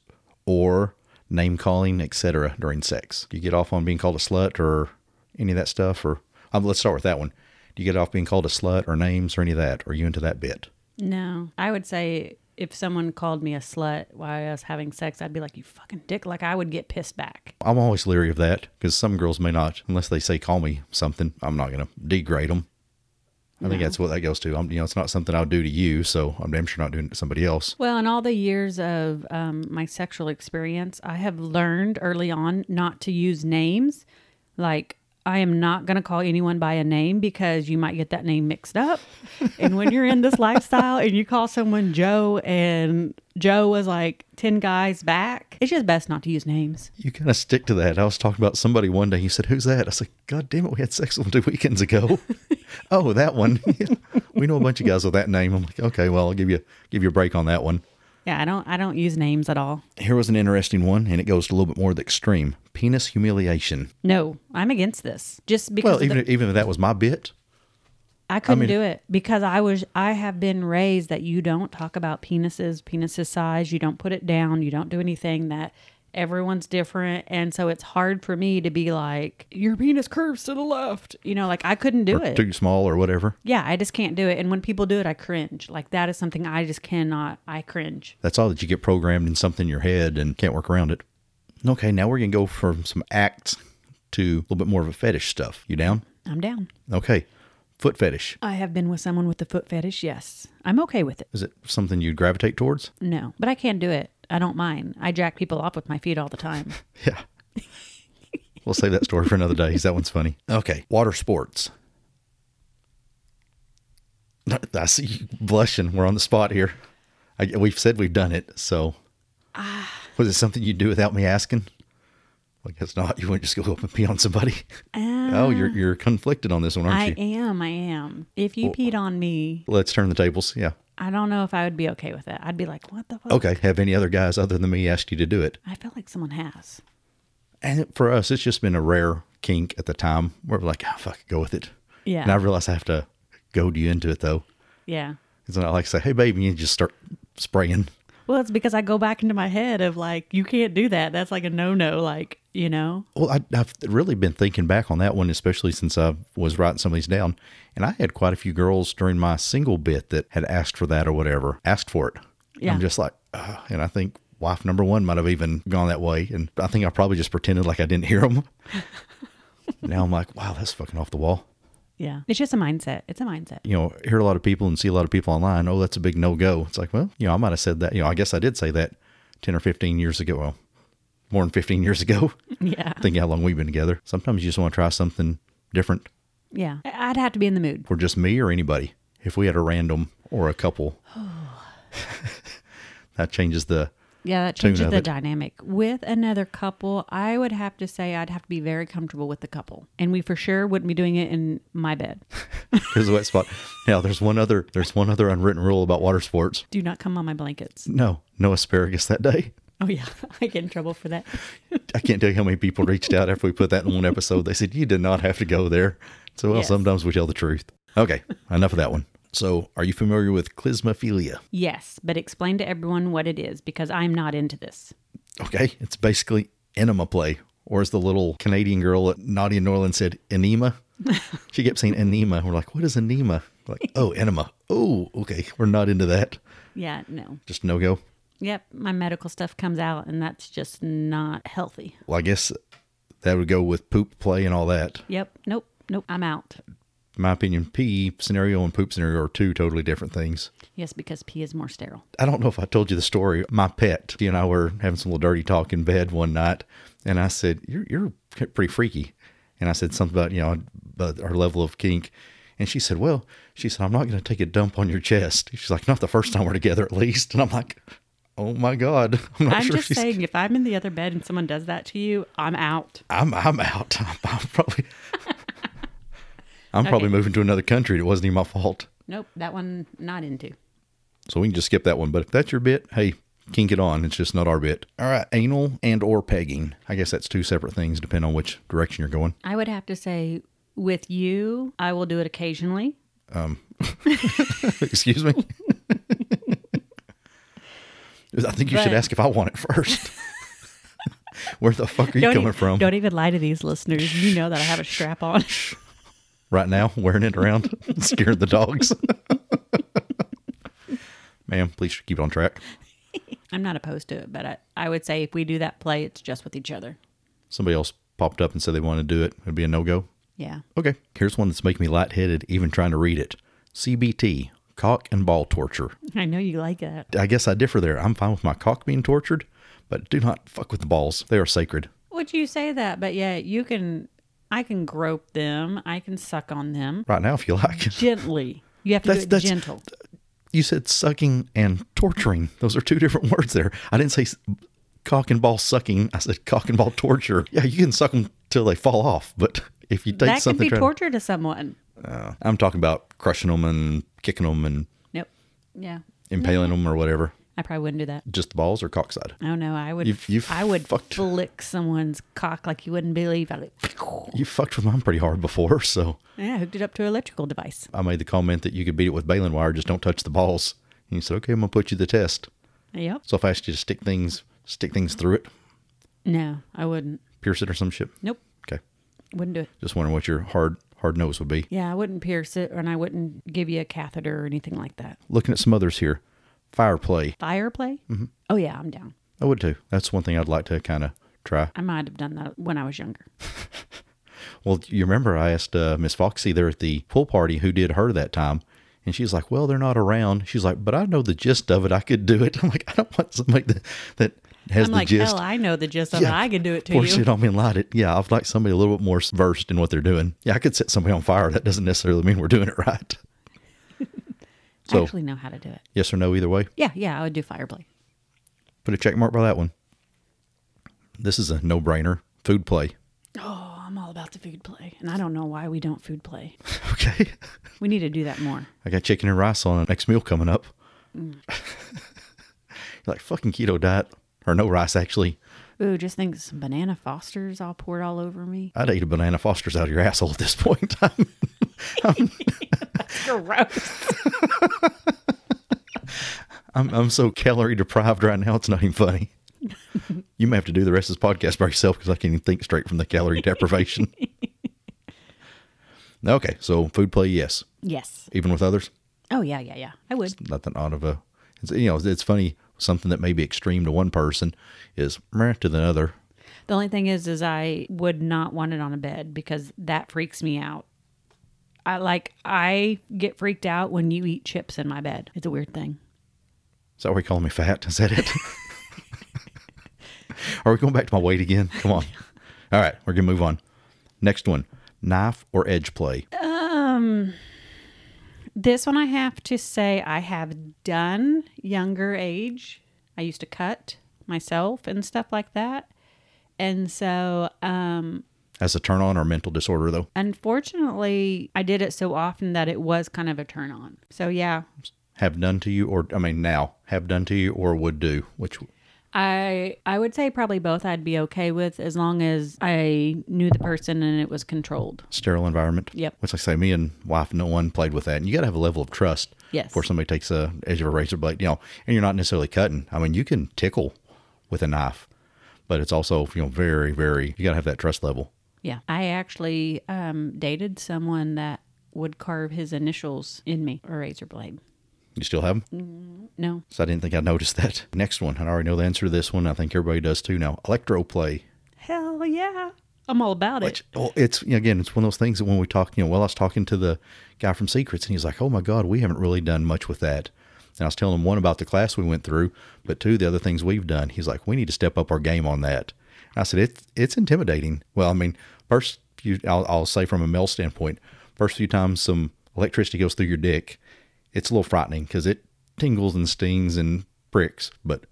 or name calling, etc. during sex. Do you get off on being called a slut or any of that stuff? Or um, let's start with that one. Do you get off being called a slut or names or any of that? Are you into that bit?
no, I would say if someone called me a slut while I was having sex, I'd be like, "You fucking dick!" Like I would get pissed back.
I'm always leery of that because some girls may not, unless they say call me something. I'm not going to degrade them. I think that's what that goes to. I'm, you know, it's not something I'll do to you, so I'm damn sure not doing it to somebody else.
Well, in all the years of um, my sexual experience, I have learned early on not to use names. Like, I am not going to call anyone by a name because you might get that name mixed up. and when you're in this lifestyle and you call someone Joe and Joe was like 10 guys back, it's just best not to use names.
You kind of stick to that. I was talking about somebody one day. He said, "Who's that?" I said, "God damn it, we had sex with him two weekends ago." oh, that one. we know a bunch of guys with that name. I'm like, okay, well, I'll give you give you a break on that one.
Yeah, I don't I don't use names at all.
Here was an interesting one, and it goes a little bit more of the extreme penis humiliation.
No, I'm against this. Just because
Well,
of the-
even even if that was my bit,
I couldn't
mean-
do it because I was I have been raised that you don't talk about penises, penises size, you don't put it down, you don't do anything that everyone's different and so it's hard for me to be like your penis curves to the left. You know, like I couldn't do it.
too small or whatever.
yeah, I just can't do it and when people do it I cringe. Like that is something I just cannot I cringe.
That's all that you get programmed in something in your head and can't work around it. Okay, now we're gonna go from some acts to a little bit more of a fetish stuff. You down?
I'm down.
Okay, foot fetish.
I have been with someone with a foot fetish. Yes. I'm okay with it.
Is it something you'd gravitate towards?
No, but I can do it. I don't mind. I jack people off with my feet all the time.
Yeah. we'll save that story for another day. 'cause That one's funny. Okay. Water sports. I see you blushing. We're on the spot here. I, we've said we've done it. So was it something you'd do without me asking? I guess not. You wouldn't just go up and pee on somebody. oh, you're, you're conflicted on this one, aren't
I
you?
am. I am. If you peed on me,
Let's turn the tables. Yeah.
I don't know if I would be okay with it. I'd be like, what the fuck?
Okay. Have any other guys other than me asked you to do it?
I feel like someone has.
And it- for us, it's just been a rare kink at the time. We're like, oh, fuck, go with it.
Yeah.
And I realize I have to goad you into it though.
Yeah.
It's not like say, hey, baby, you just start spraying.
Well, it's because I go back into my head of like, you can't do that. That's like a no no. Like, you know?
Well, I, I've really been thinking back on that one, especially since I was writing some of these down. And I had quite a few girls during my single bit that had asked for that or whatever, asked for it.
Yeah.
I'm just like, Ugh. and I think wife number one might have even gone that way. And I think I probably just pretended like I didn't hear them. now I'm like, wow, that's fucking off the wall.
Yeah. It's just a mindset. It's a mindset.
You know, hear a lot of people and see a lot of people online. Oh, that's a big no go. It's like, well, you know, I might have said that. You know, I guess I did say that 10 or 15 years ago. Well, more than 15 years ago.
Yeah.
Thinking how long we've been together. Sometimes you just want to try something different
Yeah. I- I'd have to be in the mood.
for just me or anybody. If we had a random or a couple, that changes the.
Yeah, that
Tune
changes
of
the
it.
dynamic. With another couple, I would have to say I'd have to be very comfortable with the couple. And we for sure wouldn't be doing it in my bed.
There's a wet spot. Now, there's one other. There's one other unwritten rule about water sports.
Do not come on my blankets.
No, no asparagus that day.
Oh, yeah. I get in trouble for that.
I can't tell you how many people reached out after we put that in one episode. They said you did not have to go there. So well,
Yes.
sometimes we tell the truth. Okay, enough of that one. So, are you familiar with clismophilia?
Yes, but explain to everyone what it is because I'm not into this.
Okay, it's basically enema play, or as the little Canadian girl at Naughty in New Orleans said, enema. she kept saying enema. We're like, what is enema? Like, oh, enema. Oh, okay, we're not into that.
Yeah, no.
Just no go.
Yep, my medical stuff comes out, and that's just not healthy.
Well, I guess that would go with poop play and all that.
Yep, nope, nope, I'm out.
In my opinion, pee scenario and poop scenario are two totally different things.
Yes, because pee is more sterile.
I don't know if I told you the story. My pet, she and I were having some little dirty talk in bed one night, and I said, "You're you're pretty freaky," and I said something about you know about our level of kink, and she said, "Well," she said, "I'm not going to take a dump on your chest." She's like, "Not the first time we're together, at least," and I'm like, "Oh my god, I'm not
I'm
sure."
just
she's,
saying, if I'm in the other bed and someone does that to you, I'm out.
I'm I'm out. I'm, I'm probably I'm probably moving to another country. It wasn't even my fault,
Nope, that one not into.
so we can just skip that one. But if that's your bit, hey. Kink it on. It's just not our bit. All right. Anal and or pegging. I guess that's two separate things, depending on which direction you're going.
I would have to say, with you, I will do it occasionally.
Excuse me. I think you should
But-
ask if I want it first. Where the fuck are you
Don't
coming
e-
from?
Don't even lie to these listeners. You know that I have a strap on. e-
Right now, wearing it around, scared the dogs. Ma'am, please keep it on track.
I'm not opposed to it, but I, I would say if we do that play, it's just with each other.
Somebody else popped up and said they wanted to do it. It'd be a no go.
Yeah.
Okay. Here's one that's making me lightheaded even trying to read it CBT, cock and ball torture.
I know you like that.
I guess I differ there. I'm fine with my cock being tortured, but do not fuck with the balls. They are sacred.
Would you say that? But yeah, you can, I can grope them, I can suck on them
Right now, if you like.
gently. You have to
That's-
do it
that's-
gentle.
You said sucking and torturing. Those are two different words there. I didn't say s- cock and ball sucking. I said cock and ball torture. Yeah, you can suck them till they fall off, but if you take
That could
something,
be
trying to- Uh,
torture to someone.
I'm talking about crushing them and kicking them and
Nope. Yeah.
impaling
Mm-hmm.
them or whatever.
I probably wouldn't do that.
Just the balls or cock side.
I don't know. I would.
You've- you've
I would
fucked-
flick someone's cock like you wouldn't believe. I would,
You fucked with mine pretty hard before, so
yeah, I hooked it up to an electrical device.
I made the comment that you could beat it with baling wire, just don't touch the balls. And you said, okay, I'm gonna put you to the test.
Yep.
So if I asked you to stick things, stick things through it,
No, I wouldn't.
pierce it or some shit.
Nope.
Okay,
Wouldn't do it.
just wondering what your hard hard nose would be.
Yeah, I wouldn't pierce it, and I wouldn't give you a catheter or anything like that.
looking at some others here. Fire play.
Fire play? Mm-hmm. Oh yeah, I'm down.
I would too. That's one thing I'd like to kind of try.
I might have done that when I was younger.
Well, you remember I asked uh, Miss Foxy there at the pool party who did her that time. And she's like, well, they're not around. She's like, but I know the gist of it. I could do it. I'm like, I don't want somebody that, that has
I'm
the
like,
gist.
hell, I know the gist of it. I can do it to
Pour
you.
shit on me and light it. Yeah, I'd like somebody a little bit more versed in what they're doing. Yeah, I could set somebody on fire. That doesn't necessarily mean we're doing it right.
I
So-
actually know how to do it.
Yes or no, either way.
Yeah, yeah, I would do fire play.
Put a check mark by that one. This is a no brainer. Food play.
Oh, I'm all about the food play, and I don't know why we don't food play.
Okay.
We need to do that more.
I got chicken and rice on the next meal coming up.
Mm.
You're like fucking keto diet or no rice actually.
Ooh, just think some banana Fosters all poured all over me.
I'd eat a banana Foster's out of your asshole at this point in time.
Gross.
I'm I'm so calorie deprived right now. It's not even funny. You may have to do the rest of this podcast by yourself because I can't even think straight from the calorie deprivation. okay, so food play, yes,
Yes.
even with others.
Oh yeah, yeah, yeah. I would.
nothing out of a. It's, you know, it's funny. Something that may be extreme to one person is meh to the other.
The only thing is, is I would not want it on a bed because that freaks me out. I like I get freaked out when you eat chips in my bed. It's a weird thing.
Is that why you calling me fat? Is that it? Are we going back to my weight again? Come on. All right, we're gonna move on. Next one: knife or edge play.
Um, This one I have to say I have done younger age. I used to cut myself and stuff like that. And so um
As a turn on or mental disorder, though.
unfortunately I did it so often that it was kind of a turn on. So yeah,
Have done to you, or I mean, now have done to you, or would do. Which
I I would say probably both I'd be okay with as long as I knew the person and it was controlled.
sterile environment.
Yep.
Which I say, me and wife, no one played with that, and you got to have a level of trust.
Yes.
Before somebody takes a edge of a razor blade, you know, and you're not necessarily cutting. I mean, you can tickle with a knife, but it's also you know very, very. You got to have that trust level.
Yeah. I actually um, dated someone that would carve his initials in me, a razor blade.
You still have 'em?
No.
So I didn't think I noticed that. Next one, I already know the answer to this one. I think everybody does too now. Electro play.
Hell yeah. I'm all about
Which, oh, it's you know, again, it's one of those things that when we talk, you know, well, I was talking to the guy from Secrets, and he's like, "Oh my God, we haven't really done much with that." And I was telling him one about the class we went through, but two, the other things we've done. He's like, "We need to step up our game on that." And I said, "It's it's intimidating." Well, I mean, first, few, I'll, I'll say from a male standpoint, first few times some electricity goes through your dick, it's a little frightening because it tingles and stings and pricks, but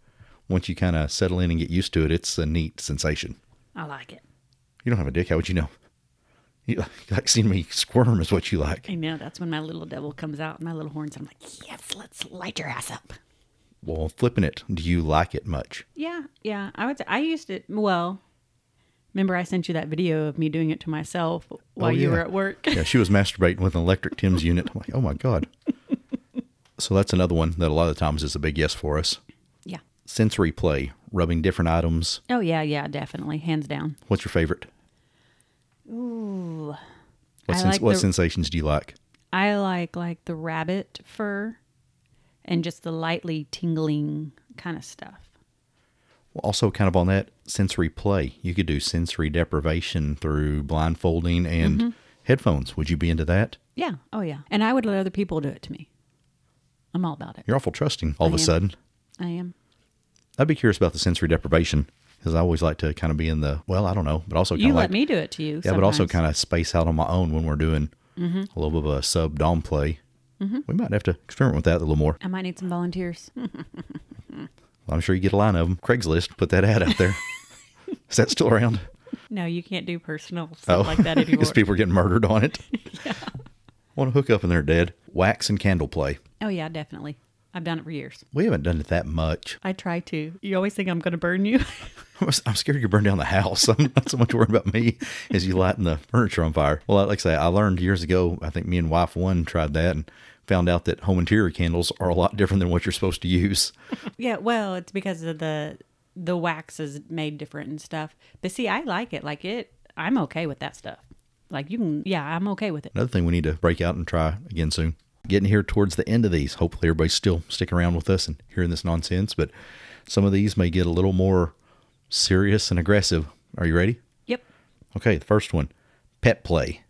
once you kind of settle in and get used to it, it's a neat sensation.
I like it.
You don't have a dick. How would you know? You, you like seeing me squirm is what you like.
I know. That's when my little devil comes out, my little horns. I'm like, yes, let's light your ass up.
Well, flipping it, do you like it much?
Yeah. Yeah. I would say I used it. Well, remember I sent you that video of me doing it to myself while you
Oh, yeah.
were at work?
Yeah, she was masturbating with an electric Tim's unit. I'm like, oh my God. so that's another one that a lot of times is a big yes for us.
yeah.
Sensory play, rubbing different items.
Oh, yeah. Yeah. Definitely. Hands down.
What's your favorite?
Ooh.
What,
I
sens-
like
what
the-
sensations do you like?
I like like the rabbit fur and just the lightly tingling kind of stuff.
Well, also, kind of on that sensory play, you could do sensory deprivation through blindfolding and
Mm-hmm.
headphones. Would you be into that?
Yeah. Oh yeah. And I would let other people do it to me. I'm all about it.
You're awful trusting all of
I
a
am.
sudden.
I am.
I'd be curious about the sensory deprivation because I always like to kind of be in the well, I don't know, but also kind
You
of
let
like,
me do it to you.
yeah, but also kind of space out on my own when we're doing
Mm-hmm.
a little bit of a sub dom play. We might have to experiment with that a little more.
I might need some volunteers.
I'm sure you get a line of them. Craigslist, put that ad out there. Is that still around?
no, you can't do personal stuff like that anymore.
because Oh. people are getting murdered on it. Want to hook up and they're dead. Wax and candle play.
oh yeah, definitely. I've done it for years.
We haven't done it that much.
I try to. You always think I'm going to burn you.
I'm scared you burn down the house. I'm not so much worried about me as you lighting the furniture on fire. Well, like I say, I learned years ago. I think me and wife one tried that and found out that home interior candles are a lot different than what you're supposed to use.
yeah, well, it's because of the the wax is made different and stuff. But see, I like it. Like it, I'm okay with that stuff. Like you can, yeah, I'm okay with it.
Another thing we need to break out and try again soon. Getting here towards the end of these. Hopefully, everybody's still sticking around with us and hearing this nonsense. But some of these may get a little more serious and aggressive. Are you ready?
Yep.
Okay, the first one, pet play.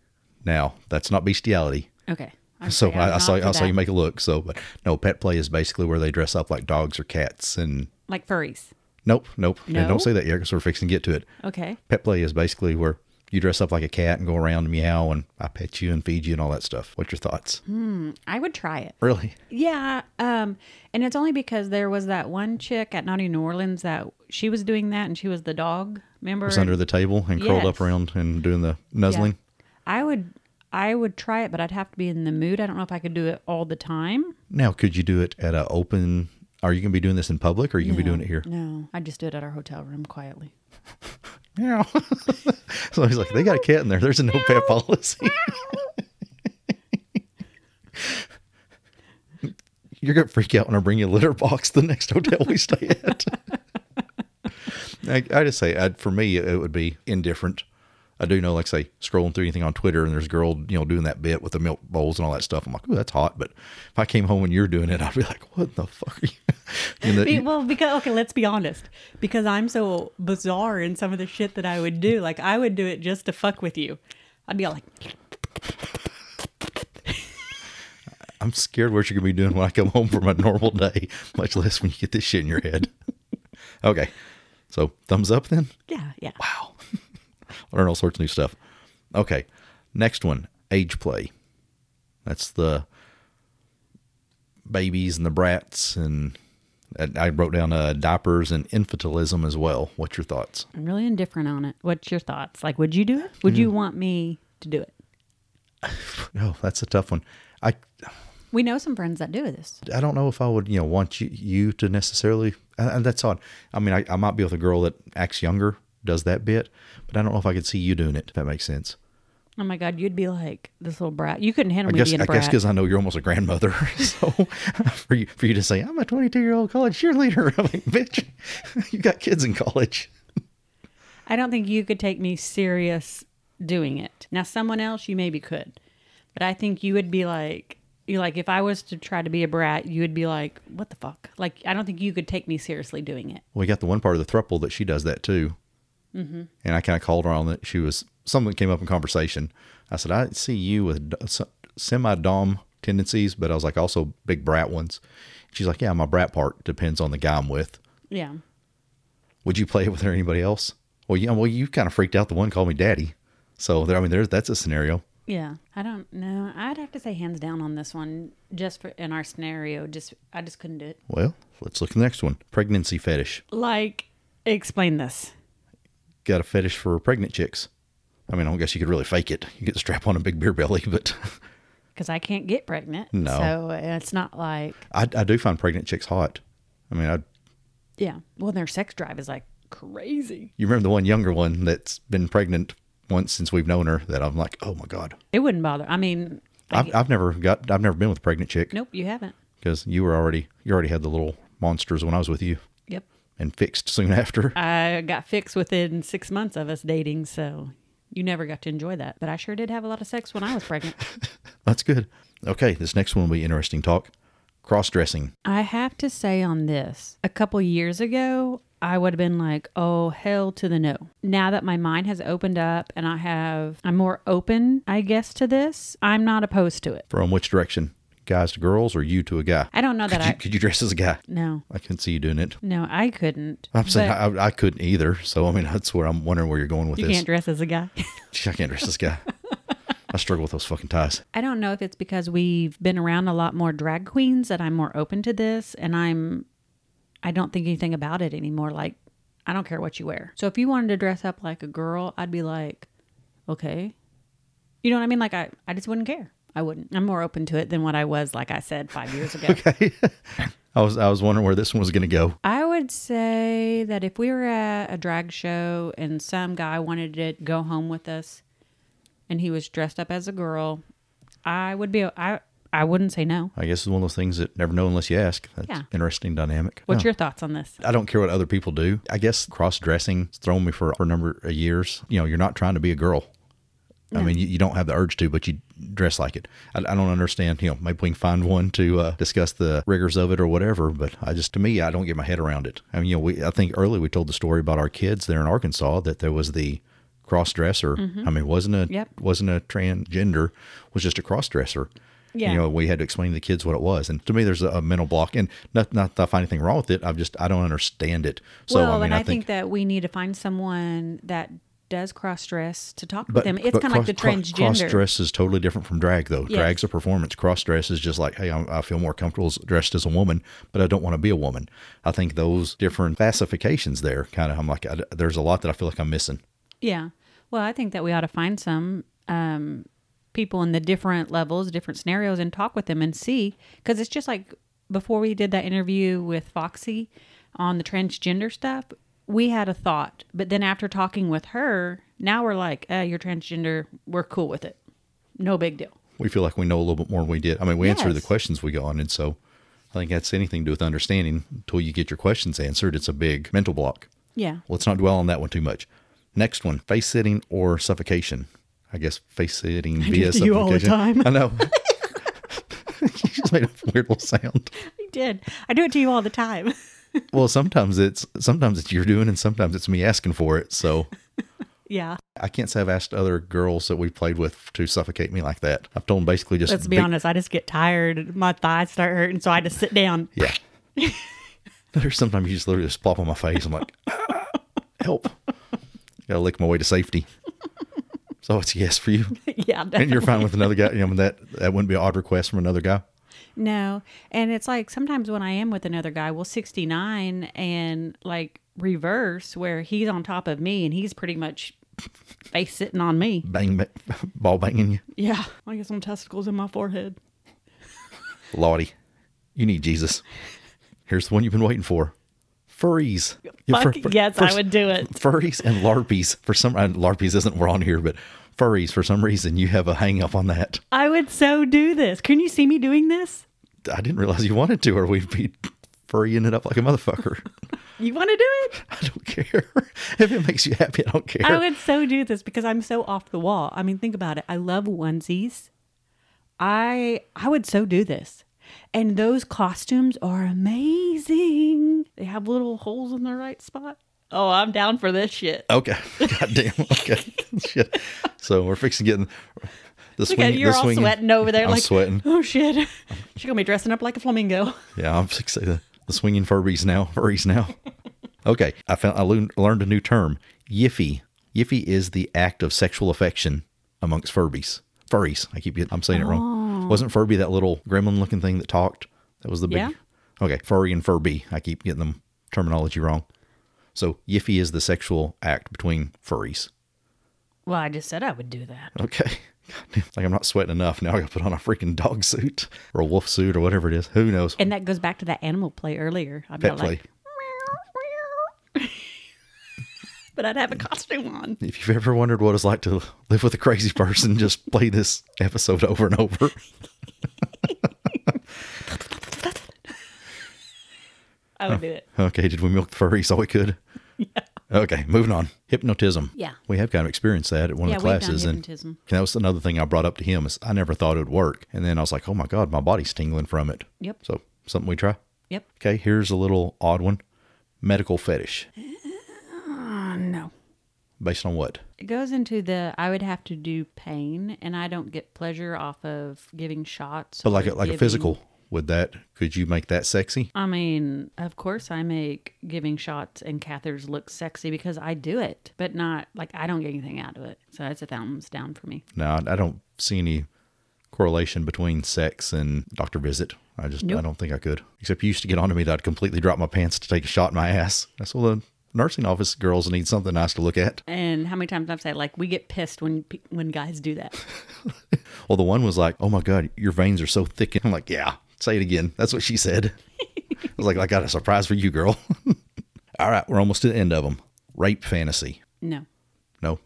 Now, that's not bestiality.
Okay. I'm
So
sorry, I'm
I, I saw
not for
I saw
that.
you make a look. So, but no, pet play is basically where they dress up like dogs or cats. And
like furries.
nope, nope, and
No?
don't say that yet because we're fixing to get to it.
Okay.
Pet play is basically where you dress up like a cat and go around and meow and I pet you and feed you and all that stuff. What's your thoughts?
Hmm. I would try it.
Really?
Yeah. Um, and it's only because there was that one chick at Naughty New Orleans that she was doing that and she was the dog. Remember?
It's under the table and curled up
Yes.
around and doing the
Yeah.
nuzzling.
I would I would try it, but I'd have to be in the mood. I don't know if I could do it all the time.
Now, could you do it at a open? Are you going to be doing this in public or are you going to be doing it here?
No. I just do it at our hotel room quietly.
Yeah. so he's like, they got a cat in there. There's a no pet policy. You're gonna freak out when I bring you a litter box the next hotel we stay at. I, I just say, i for me, it would be indifferent. I do know, like, say, scrolling through anything on Twitter, and there's a girl, you know, doing that bit with the milk bowls and all that stuff. I'm like, oh, that's hot. But if I came home and you're doing it, I'd be like, what the fuck are you? And the-
Be- well, because okay, let's be honest. Because I'm so bizarre in some of the shit that I would do. Like I would do it just to fuck with you. I'd be all like,
I'm scared what you're going to be doing when I come home from a normal day, much less when you get this shit in your head. okay. So, thumbs up then?
Yeah, yeah.
Wow. Learn all sorts of new stuff. Okay. Next one age play. That's the babies and the brats. And and I wrote down uh, diapers and infantilism as well. What's your thoughts?
I'm really indifferent on it. What's your thoughts? Like, would you do it? Would
Mm-hmm.
you want me to do it?
Oh, that's a tough one. I
We know some friends that do this.
I don't know if I would, you know, want you, you to necessarily. And and that's odd. I mean, I, I might be with a girl that acts younger, does that bit, but I don't know if I could see you doing it. If that makes sense.
Oh my God, you'd be like this little brat. You couldn't handle
I
me
guess
being a
I
brat.
guess because I know you're almost a grandmother, so for you for you to say I'm a 22 year old college cheerleader, I'm like, bitch, you got kids in college.
I don't think you could take me serious doing it. Now, someone else you maybe could, but I think you would be like, you like if I was to try to be a brat, you would be like, what the fuck? Like, I don't think you could take me seriously doing it.
Well, we got the one part of the thruple that she does that too. And I kind of called her on it. She was something came up in conversation. I said, I see you with semi dom tendencies, but I was like, also big brat ones. She's like, Yeah, my brat part depends on the guy I'm with.
Yeah.
Would you play it with her or anybody else? Well, yeah, well, you kind of freaked out the one called me daddy. So there, I mean, there's that's a scenario.
Yeah. I don't know. I'd have to say hands down on this one, just for in our scenario. Just, I just couldn't do it.
Well, let's look at the next one pregnancy fetish.
Like, explain this.
Got a fetish for pregnant chicks. I mean, I don't guess you could really fake it. You could strap on a big beer belly, but
Because I can't get pregnant.
No.
So it's not like,
I, I do find pregnant chicks hot. I mean, I,
yeah. Well, their sex drive is like crazy.
you remember the one younger one that's been pregnant once since we've known her that I'm like, oh my god,
It wouldn't bother. I mean, I
I've,
get-
I've never got, I've never been with a pregnant chick
nope, you haven't.
because you were already, you already had the little monsters when I was with you
Yep.
and fixed soon after.
I got fixed within six months of us dating, so you never got to enjoy that. But I sure did have a lot of sex when I was pregnant.
That's good. Okay, this next one will be interesting talk. Cross dressing.
I have to say on this, a couple years ago, I would have been like, oh, hell to the no. Now that my mind has opened up and I have, I'm more open, I guess, to this, I'm not opposed to it.
From which direction? Guys to girls or you to a guy?
I don't know that
Could you,
I,
could you dress as a guy?
no,
I couldn't see you doing it.
no, I couldn't.
I'm saying
But
I, I couldn't either. So I mean, that's where I'm wondering where you're going with
you
this.
can't dress as a guy.
Gee, I can't dress this guy. I struggle with those fucking ties.
I don't know if it's because we've been around a lot more drag queens that I'm more open to this and I'm I don't think anything about it anymore like I don't care what you wear. So if you wanted to dress up like a girl, I'd be like, "Okay." You know what I mean? Like I I just wouldn't care. I wouldn't. I'm more open to it than what I was like I said 5 years ago.
I was I was wondering where this one was going to go.
I would say that if we were at a drag show and some guy wanted to go home with us and he was dressed up as a girl, I would be I I wouldn't say no.
I guess it's one of those things that never know unless you ask. That's
Yeah.
interesting dynamic.
What's
Yeah.
your thoughts on this?
I don't care what other people do. I guess cross dressing has thrown me for, for a number of years. You know, you're not trying to be a girl. I mean, you, you don't have the urge to, but you dress like it. I, I don't understand. You know, maybe we can find one to uh, discuss the rigors of it or whatever. But I just, to me, I don't get my head around it. I mean, you know, we I think earlier we told the story about our kids there in Arkansas that there was the cross dresser. I mean, wasn't a
Yep.
wasn't a transgender, was just a cross dresser.
Yeah.
You know, we had to explain to the kids what it was. And to me, there's a, a mental block. And not, not that I find anything wrong with it. I've just, I don't understand it. So,
well,
I mean,
and
I,
I, think,
think,
that we need to find someone that does cross dress to talk
but,
with them. It's
but
kind of like the
cross- Cross
transgender.
dress is totally different from drag, though.
Yes.
Drag's a performance. Cross dress is just like, hey, I'm, I feel more comfortable as- dressed as a woman, but I don't want to be a woman. I think those different classifications there kind of, I'm like, I, there's a lot that I feel like I'm missing.
yeah. Well, I think that we ought to find some um, people in the different levels, different scenarios, and talk with them and see. Because it's just like before we did that interview with Foxy on the transgender stuff, we had a thought. But then after talking with her, now we're like, uh, you're transgender. We're cool with it. No big deal.
we feel like we know a little bit more than we did. I mean, we answer the
Yes.
questions we go on, and so I think that's anything to do with understanding. Until you get your questions answered, it's a big mental block.
Yeah.
Let's not dwell on that one too much. Next one: face sitting or suffocation. I guess face sitting via
to
suffocation.
you all the time.
I know. you just made a weird little sound.
I did. I do it to you all the time.
Well, sometimes it's sometimes it's you're doing, and sometimes it's me asking for it. So
Yeah.
I can't say I've asked other girls that we've played with to suffocate me like that. I've told them basically just
Let's be
beat-
honest. I just get tired. My thighs start hurting, so I just sit down.
Yeah. There's sometimes you just literally just plop on my face. I'm like, "Ah, help. Gotta lick my way to safety. So it's a yes for you.
yeah.
And you're fine with another guy. You know, that that wouldn't be an odd request from another guy.
No. And it's like sometimes when I am with another guy, we'll 69 and like reverse where he's on top of me and he's pretty much face sitting on me.
Bang, bang ball banging you.
Yeah. I get some testicles in my forehead.
Lottie, you need Jesus. Here's the one you've been waiting for. Furries. Yeah,
Fuck
fur- fur-
yes, I
furs-
would do it.
Furries and larpies. For some, uh, larpies isn't we're on here, but furries. For some reason, you have a hang up on that.
I would so do this. Can you see me doing this?
I didn't realize you wanted to, or we'd be furrying it up like a motherfucker.
You want to do it?
I don't care. If it makes you happy, I don't care.
I would so do this because I'm so off the wall. I mean, think about it. I love onesies. I I would so do this. And those costumes are amazing. They have little holes in the right spot. Oh, I'm down for this shit.
okay. God damn. Okay. Shit. So we're fixing getting the
Look
swing.
at you're
the
all
swinging.
sweating over there
I'm
like
sweating.
Oh shit. She's gonna be dressing up like a flamingo.
Yeah, I'm sick of the, the swinging furries now. Furries now. okay. I found I learned, learned a new term. Yiffy. Yiffy is the act of sexual affection amongst Furbies. Furries. I keep getting, I'm saying it
Oh.
wrong. Wasn't Furby that little gremlin looking thing that talked? That was the big.
Yeah.
Okay. Furry and Furby. I keep getting them terminology wrong. So Yiffy is the sexual act between furries.
Well, I just said I would do that.
Okay. Goddamn, like I'm not sweating enough. Now I gotta put on a freaking dog suit or a wolf suit or whatever it is. Who knows?
And that goes back to that animal play earlier. I'd
Pet
be
play.
like but I'd have a costume on.
If you've ever wondered what it's like to live with a crazy person, just play this episode over and over.
I would do it.
Okay, did we milk the furries all we could? Okay, moving on. Hypnotism.
Yeah.
We have kind of experienced that at one
Yeah,
of the
we've done
classes. and-
hypnotism.
and that was another thing I brought up to him is I never thought it would work. And then I was like, oh my God, my body's tingling from it.
Yep.
So something we try.
Yep.
Okay, here's a little odd one. Medical fetish.
Uh, No.
Based on what?
It goes into the I would have to do pain, and I don't get pleasure off of giving shots.
But
or
like a, like a
giving-
physical. Would that could you make that sexy?
I mean, of course, I make giving shots and catheters look sexy because I do it, but not like I don't get anything out of it. So that's a thumbs down for me.
No, I- I don't see any correlation between sex and doctor visit. I just I
Nope.
don't think I could. Except you used to get onto me that I'd completely drop my pants to take a shot in my ass. That's all the nursing office girls need something nice to look at.
And how many times I've said like we get pissed when pe- when guys do that.
Well, the one was like, "Oh my god, your veins are so thick." I'm like, "Yeah, say it again." That's what she said. I was like, "I got a surprise for you, girl." all right, we're almost to the end of them. Rape fantasy?
No,
No,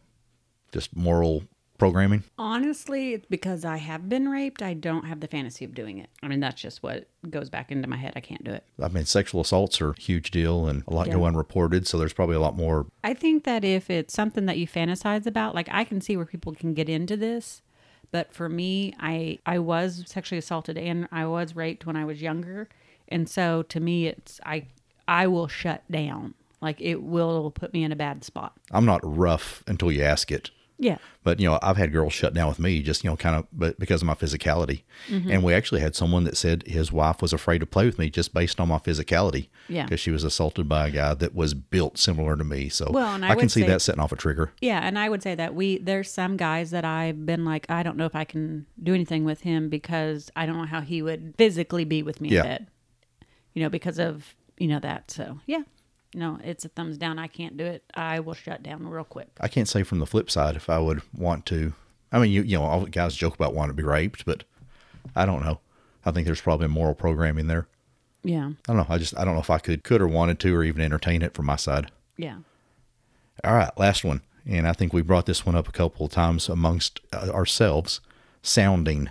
just moral programming.
honestly, it's because I have been raped. I don't have the fantasy of doing it. I mean, that's just what goes back into my head. I can't do it.
I mean, sexual assaults are a huge deal and a lot
Yeah.
go unreported. So there's probably a lot more
I think that if it's something that you fantasize about, like I can see where people can get into this, but for me, I I was sexually assaulted and I was raped when I was younger, and so to me, it's I I will shut down. Like it will put me in a bad spot.
I'm not rough until you ask it.
Yeah.
But you know, I've had girls shut down with me just you know, kind of, but because of my physicality.
Mm-hmm.
And we actually had someone that said his wife was afraid to play with me just based on my physicality.
Yeah.
because she was assaulted by a guy that was built similar to me. So
Well, and I
can
would
see
say-
that setting off a trigger.
Yeah, and I would say that we there's some guys that I've been like I don't know if I can do anything with him because I don't know how he would physically be with me
Yeah.
in bed. You know, because of, you know that. So, yeah. No, it's a thumbs down. I can't do it. I will shut down real quick.
I can't say from the flip side if I would want to. I mean, you you know, all the guys joke about wanting to be raped, but I don't know. I think there's probably moral programming there.
Yeah.
I don't know. I just I don't know if I could could or wanted to or even entertain it from my side.
Yeah.
All right, last one. And I think we brought this one up a couple of times amongst uh, ourselves sounding,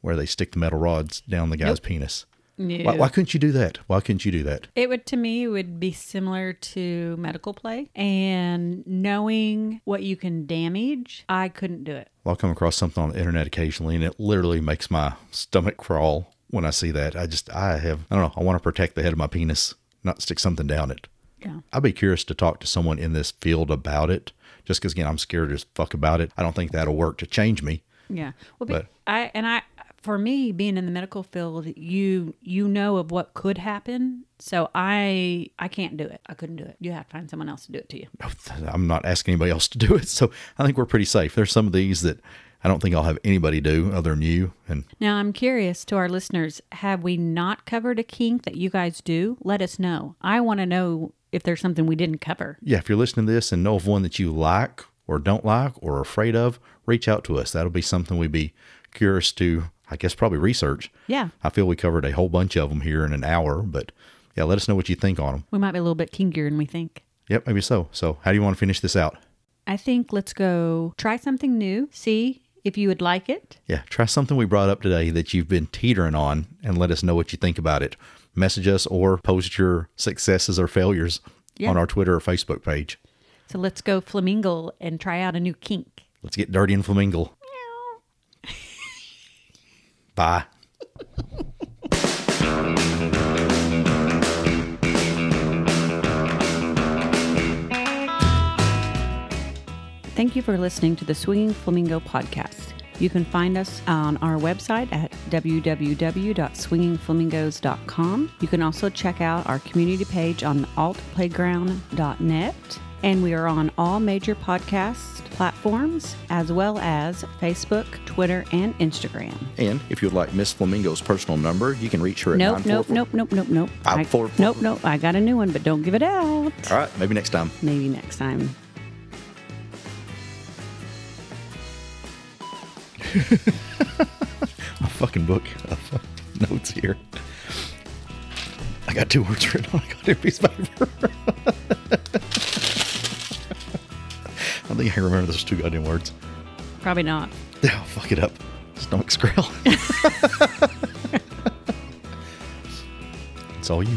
where they stick the metal rods down the guy's penis. Why,
Yeah.
why couldn't you do that? Why couldn't you do that?
It would to me would be similar to medical play and knowing what you can damage. I couldn't do it.
Well, I'll come across something on the internet occasionally, and it literally makes my stomach crawl when I see that. I just, I have, I don't know, I want to protect the head of my penis, not stick something down it.
Yeah.
I'd be curious to talk to someone in this field about it just because, again, I'm scared as fuck about it. I don't think that'll work to change me.
Yeah. Well, be,
But-
I and I for me being in the medical field, you you know of what could happen. So I I can't do it. I couldn't do it. You have to find someone else to do it to you.
Oh, I'm not asking anybody else to do it. So I think we're pretty safe. There's some of these that I don't think I'll have anybody do other than you. And
Now I'm curious to our listeners, have we not covered a kink that you guys do? Let us know. I want to know if there's something we didn't cover.
yeah, if you're listening to this and know of one that you like or don't like or are afraid of, reach out to us. That'll be something we'd be curious to, I guess, probably research.
Yeah.
I feel we covered a whole bunch of them here in an hour, but yeah, let us know what you think on them.
We might be a little bit kinkier than we think.
Yep, maybe so. So, how do you want to finish this out?
I think let's go try something new. See if you would like it.
Yeah, try something we brought up today that you've been teetering on and let us know what you think about it. Message us or post your successes or failures
Yeah.
on our Twitter or Facebook page.
So let's go flamingo and try out a new kink.
Let's get dirty and flamingle. Bye.
Thank you for listening to the Swinging Flamingo podcast. You can find us on our website at www.swingingflamingos.com. You can also check out our community page on altplayground.net. And we are on all major podcast platforms as well as Facebook, Twitter, and Instagram.
And if you'd like Miss Flamingo's personal number, you can reach her at
Nope,
944
nope, nope, nope, nope, nope.
Five,
I-
four, four.
Nope, nope. I got a new one, but don't give it out.
All right, maybe next time.
Maybe next time.
My fucking book of notes here. I got two words written on a goddamn piece of paper. I don't think I can remember those two goddamn words.
Probably not.
Yeah, I'll fuck it up. Stomach growl. it's all you.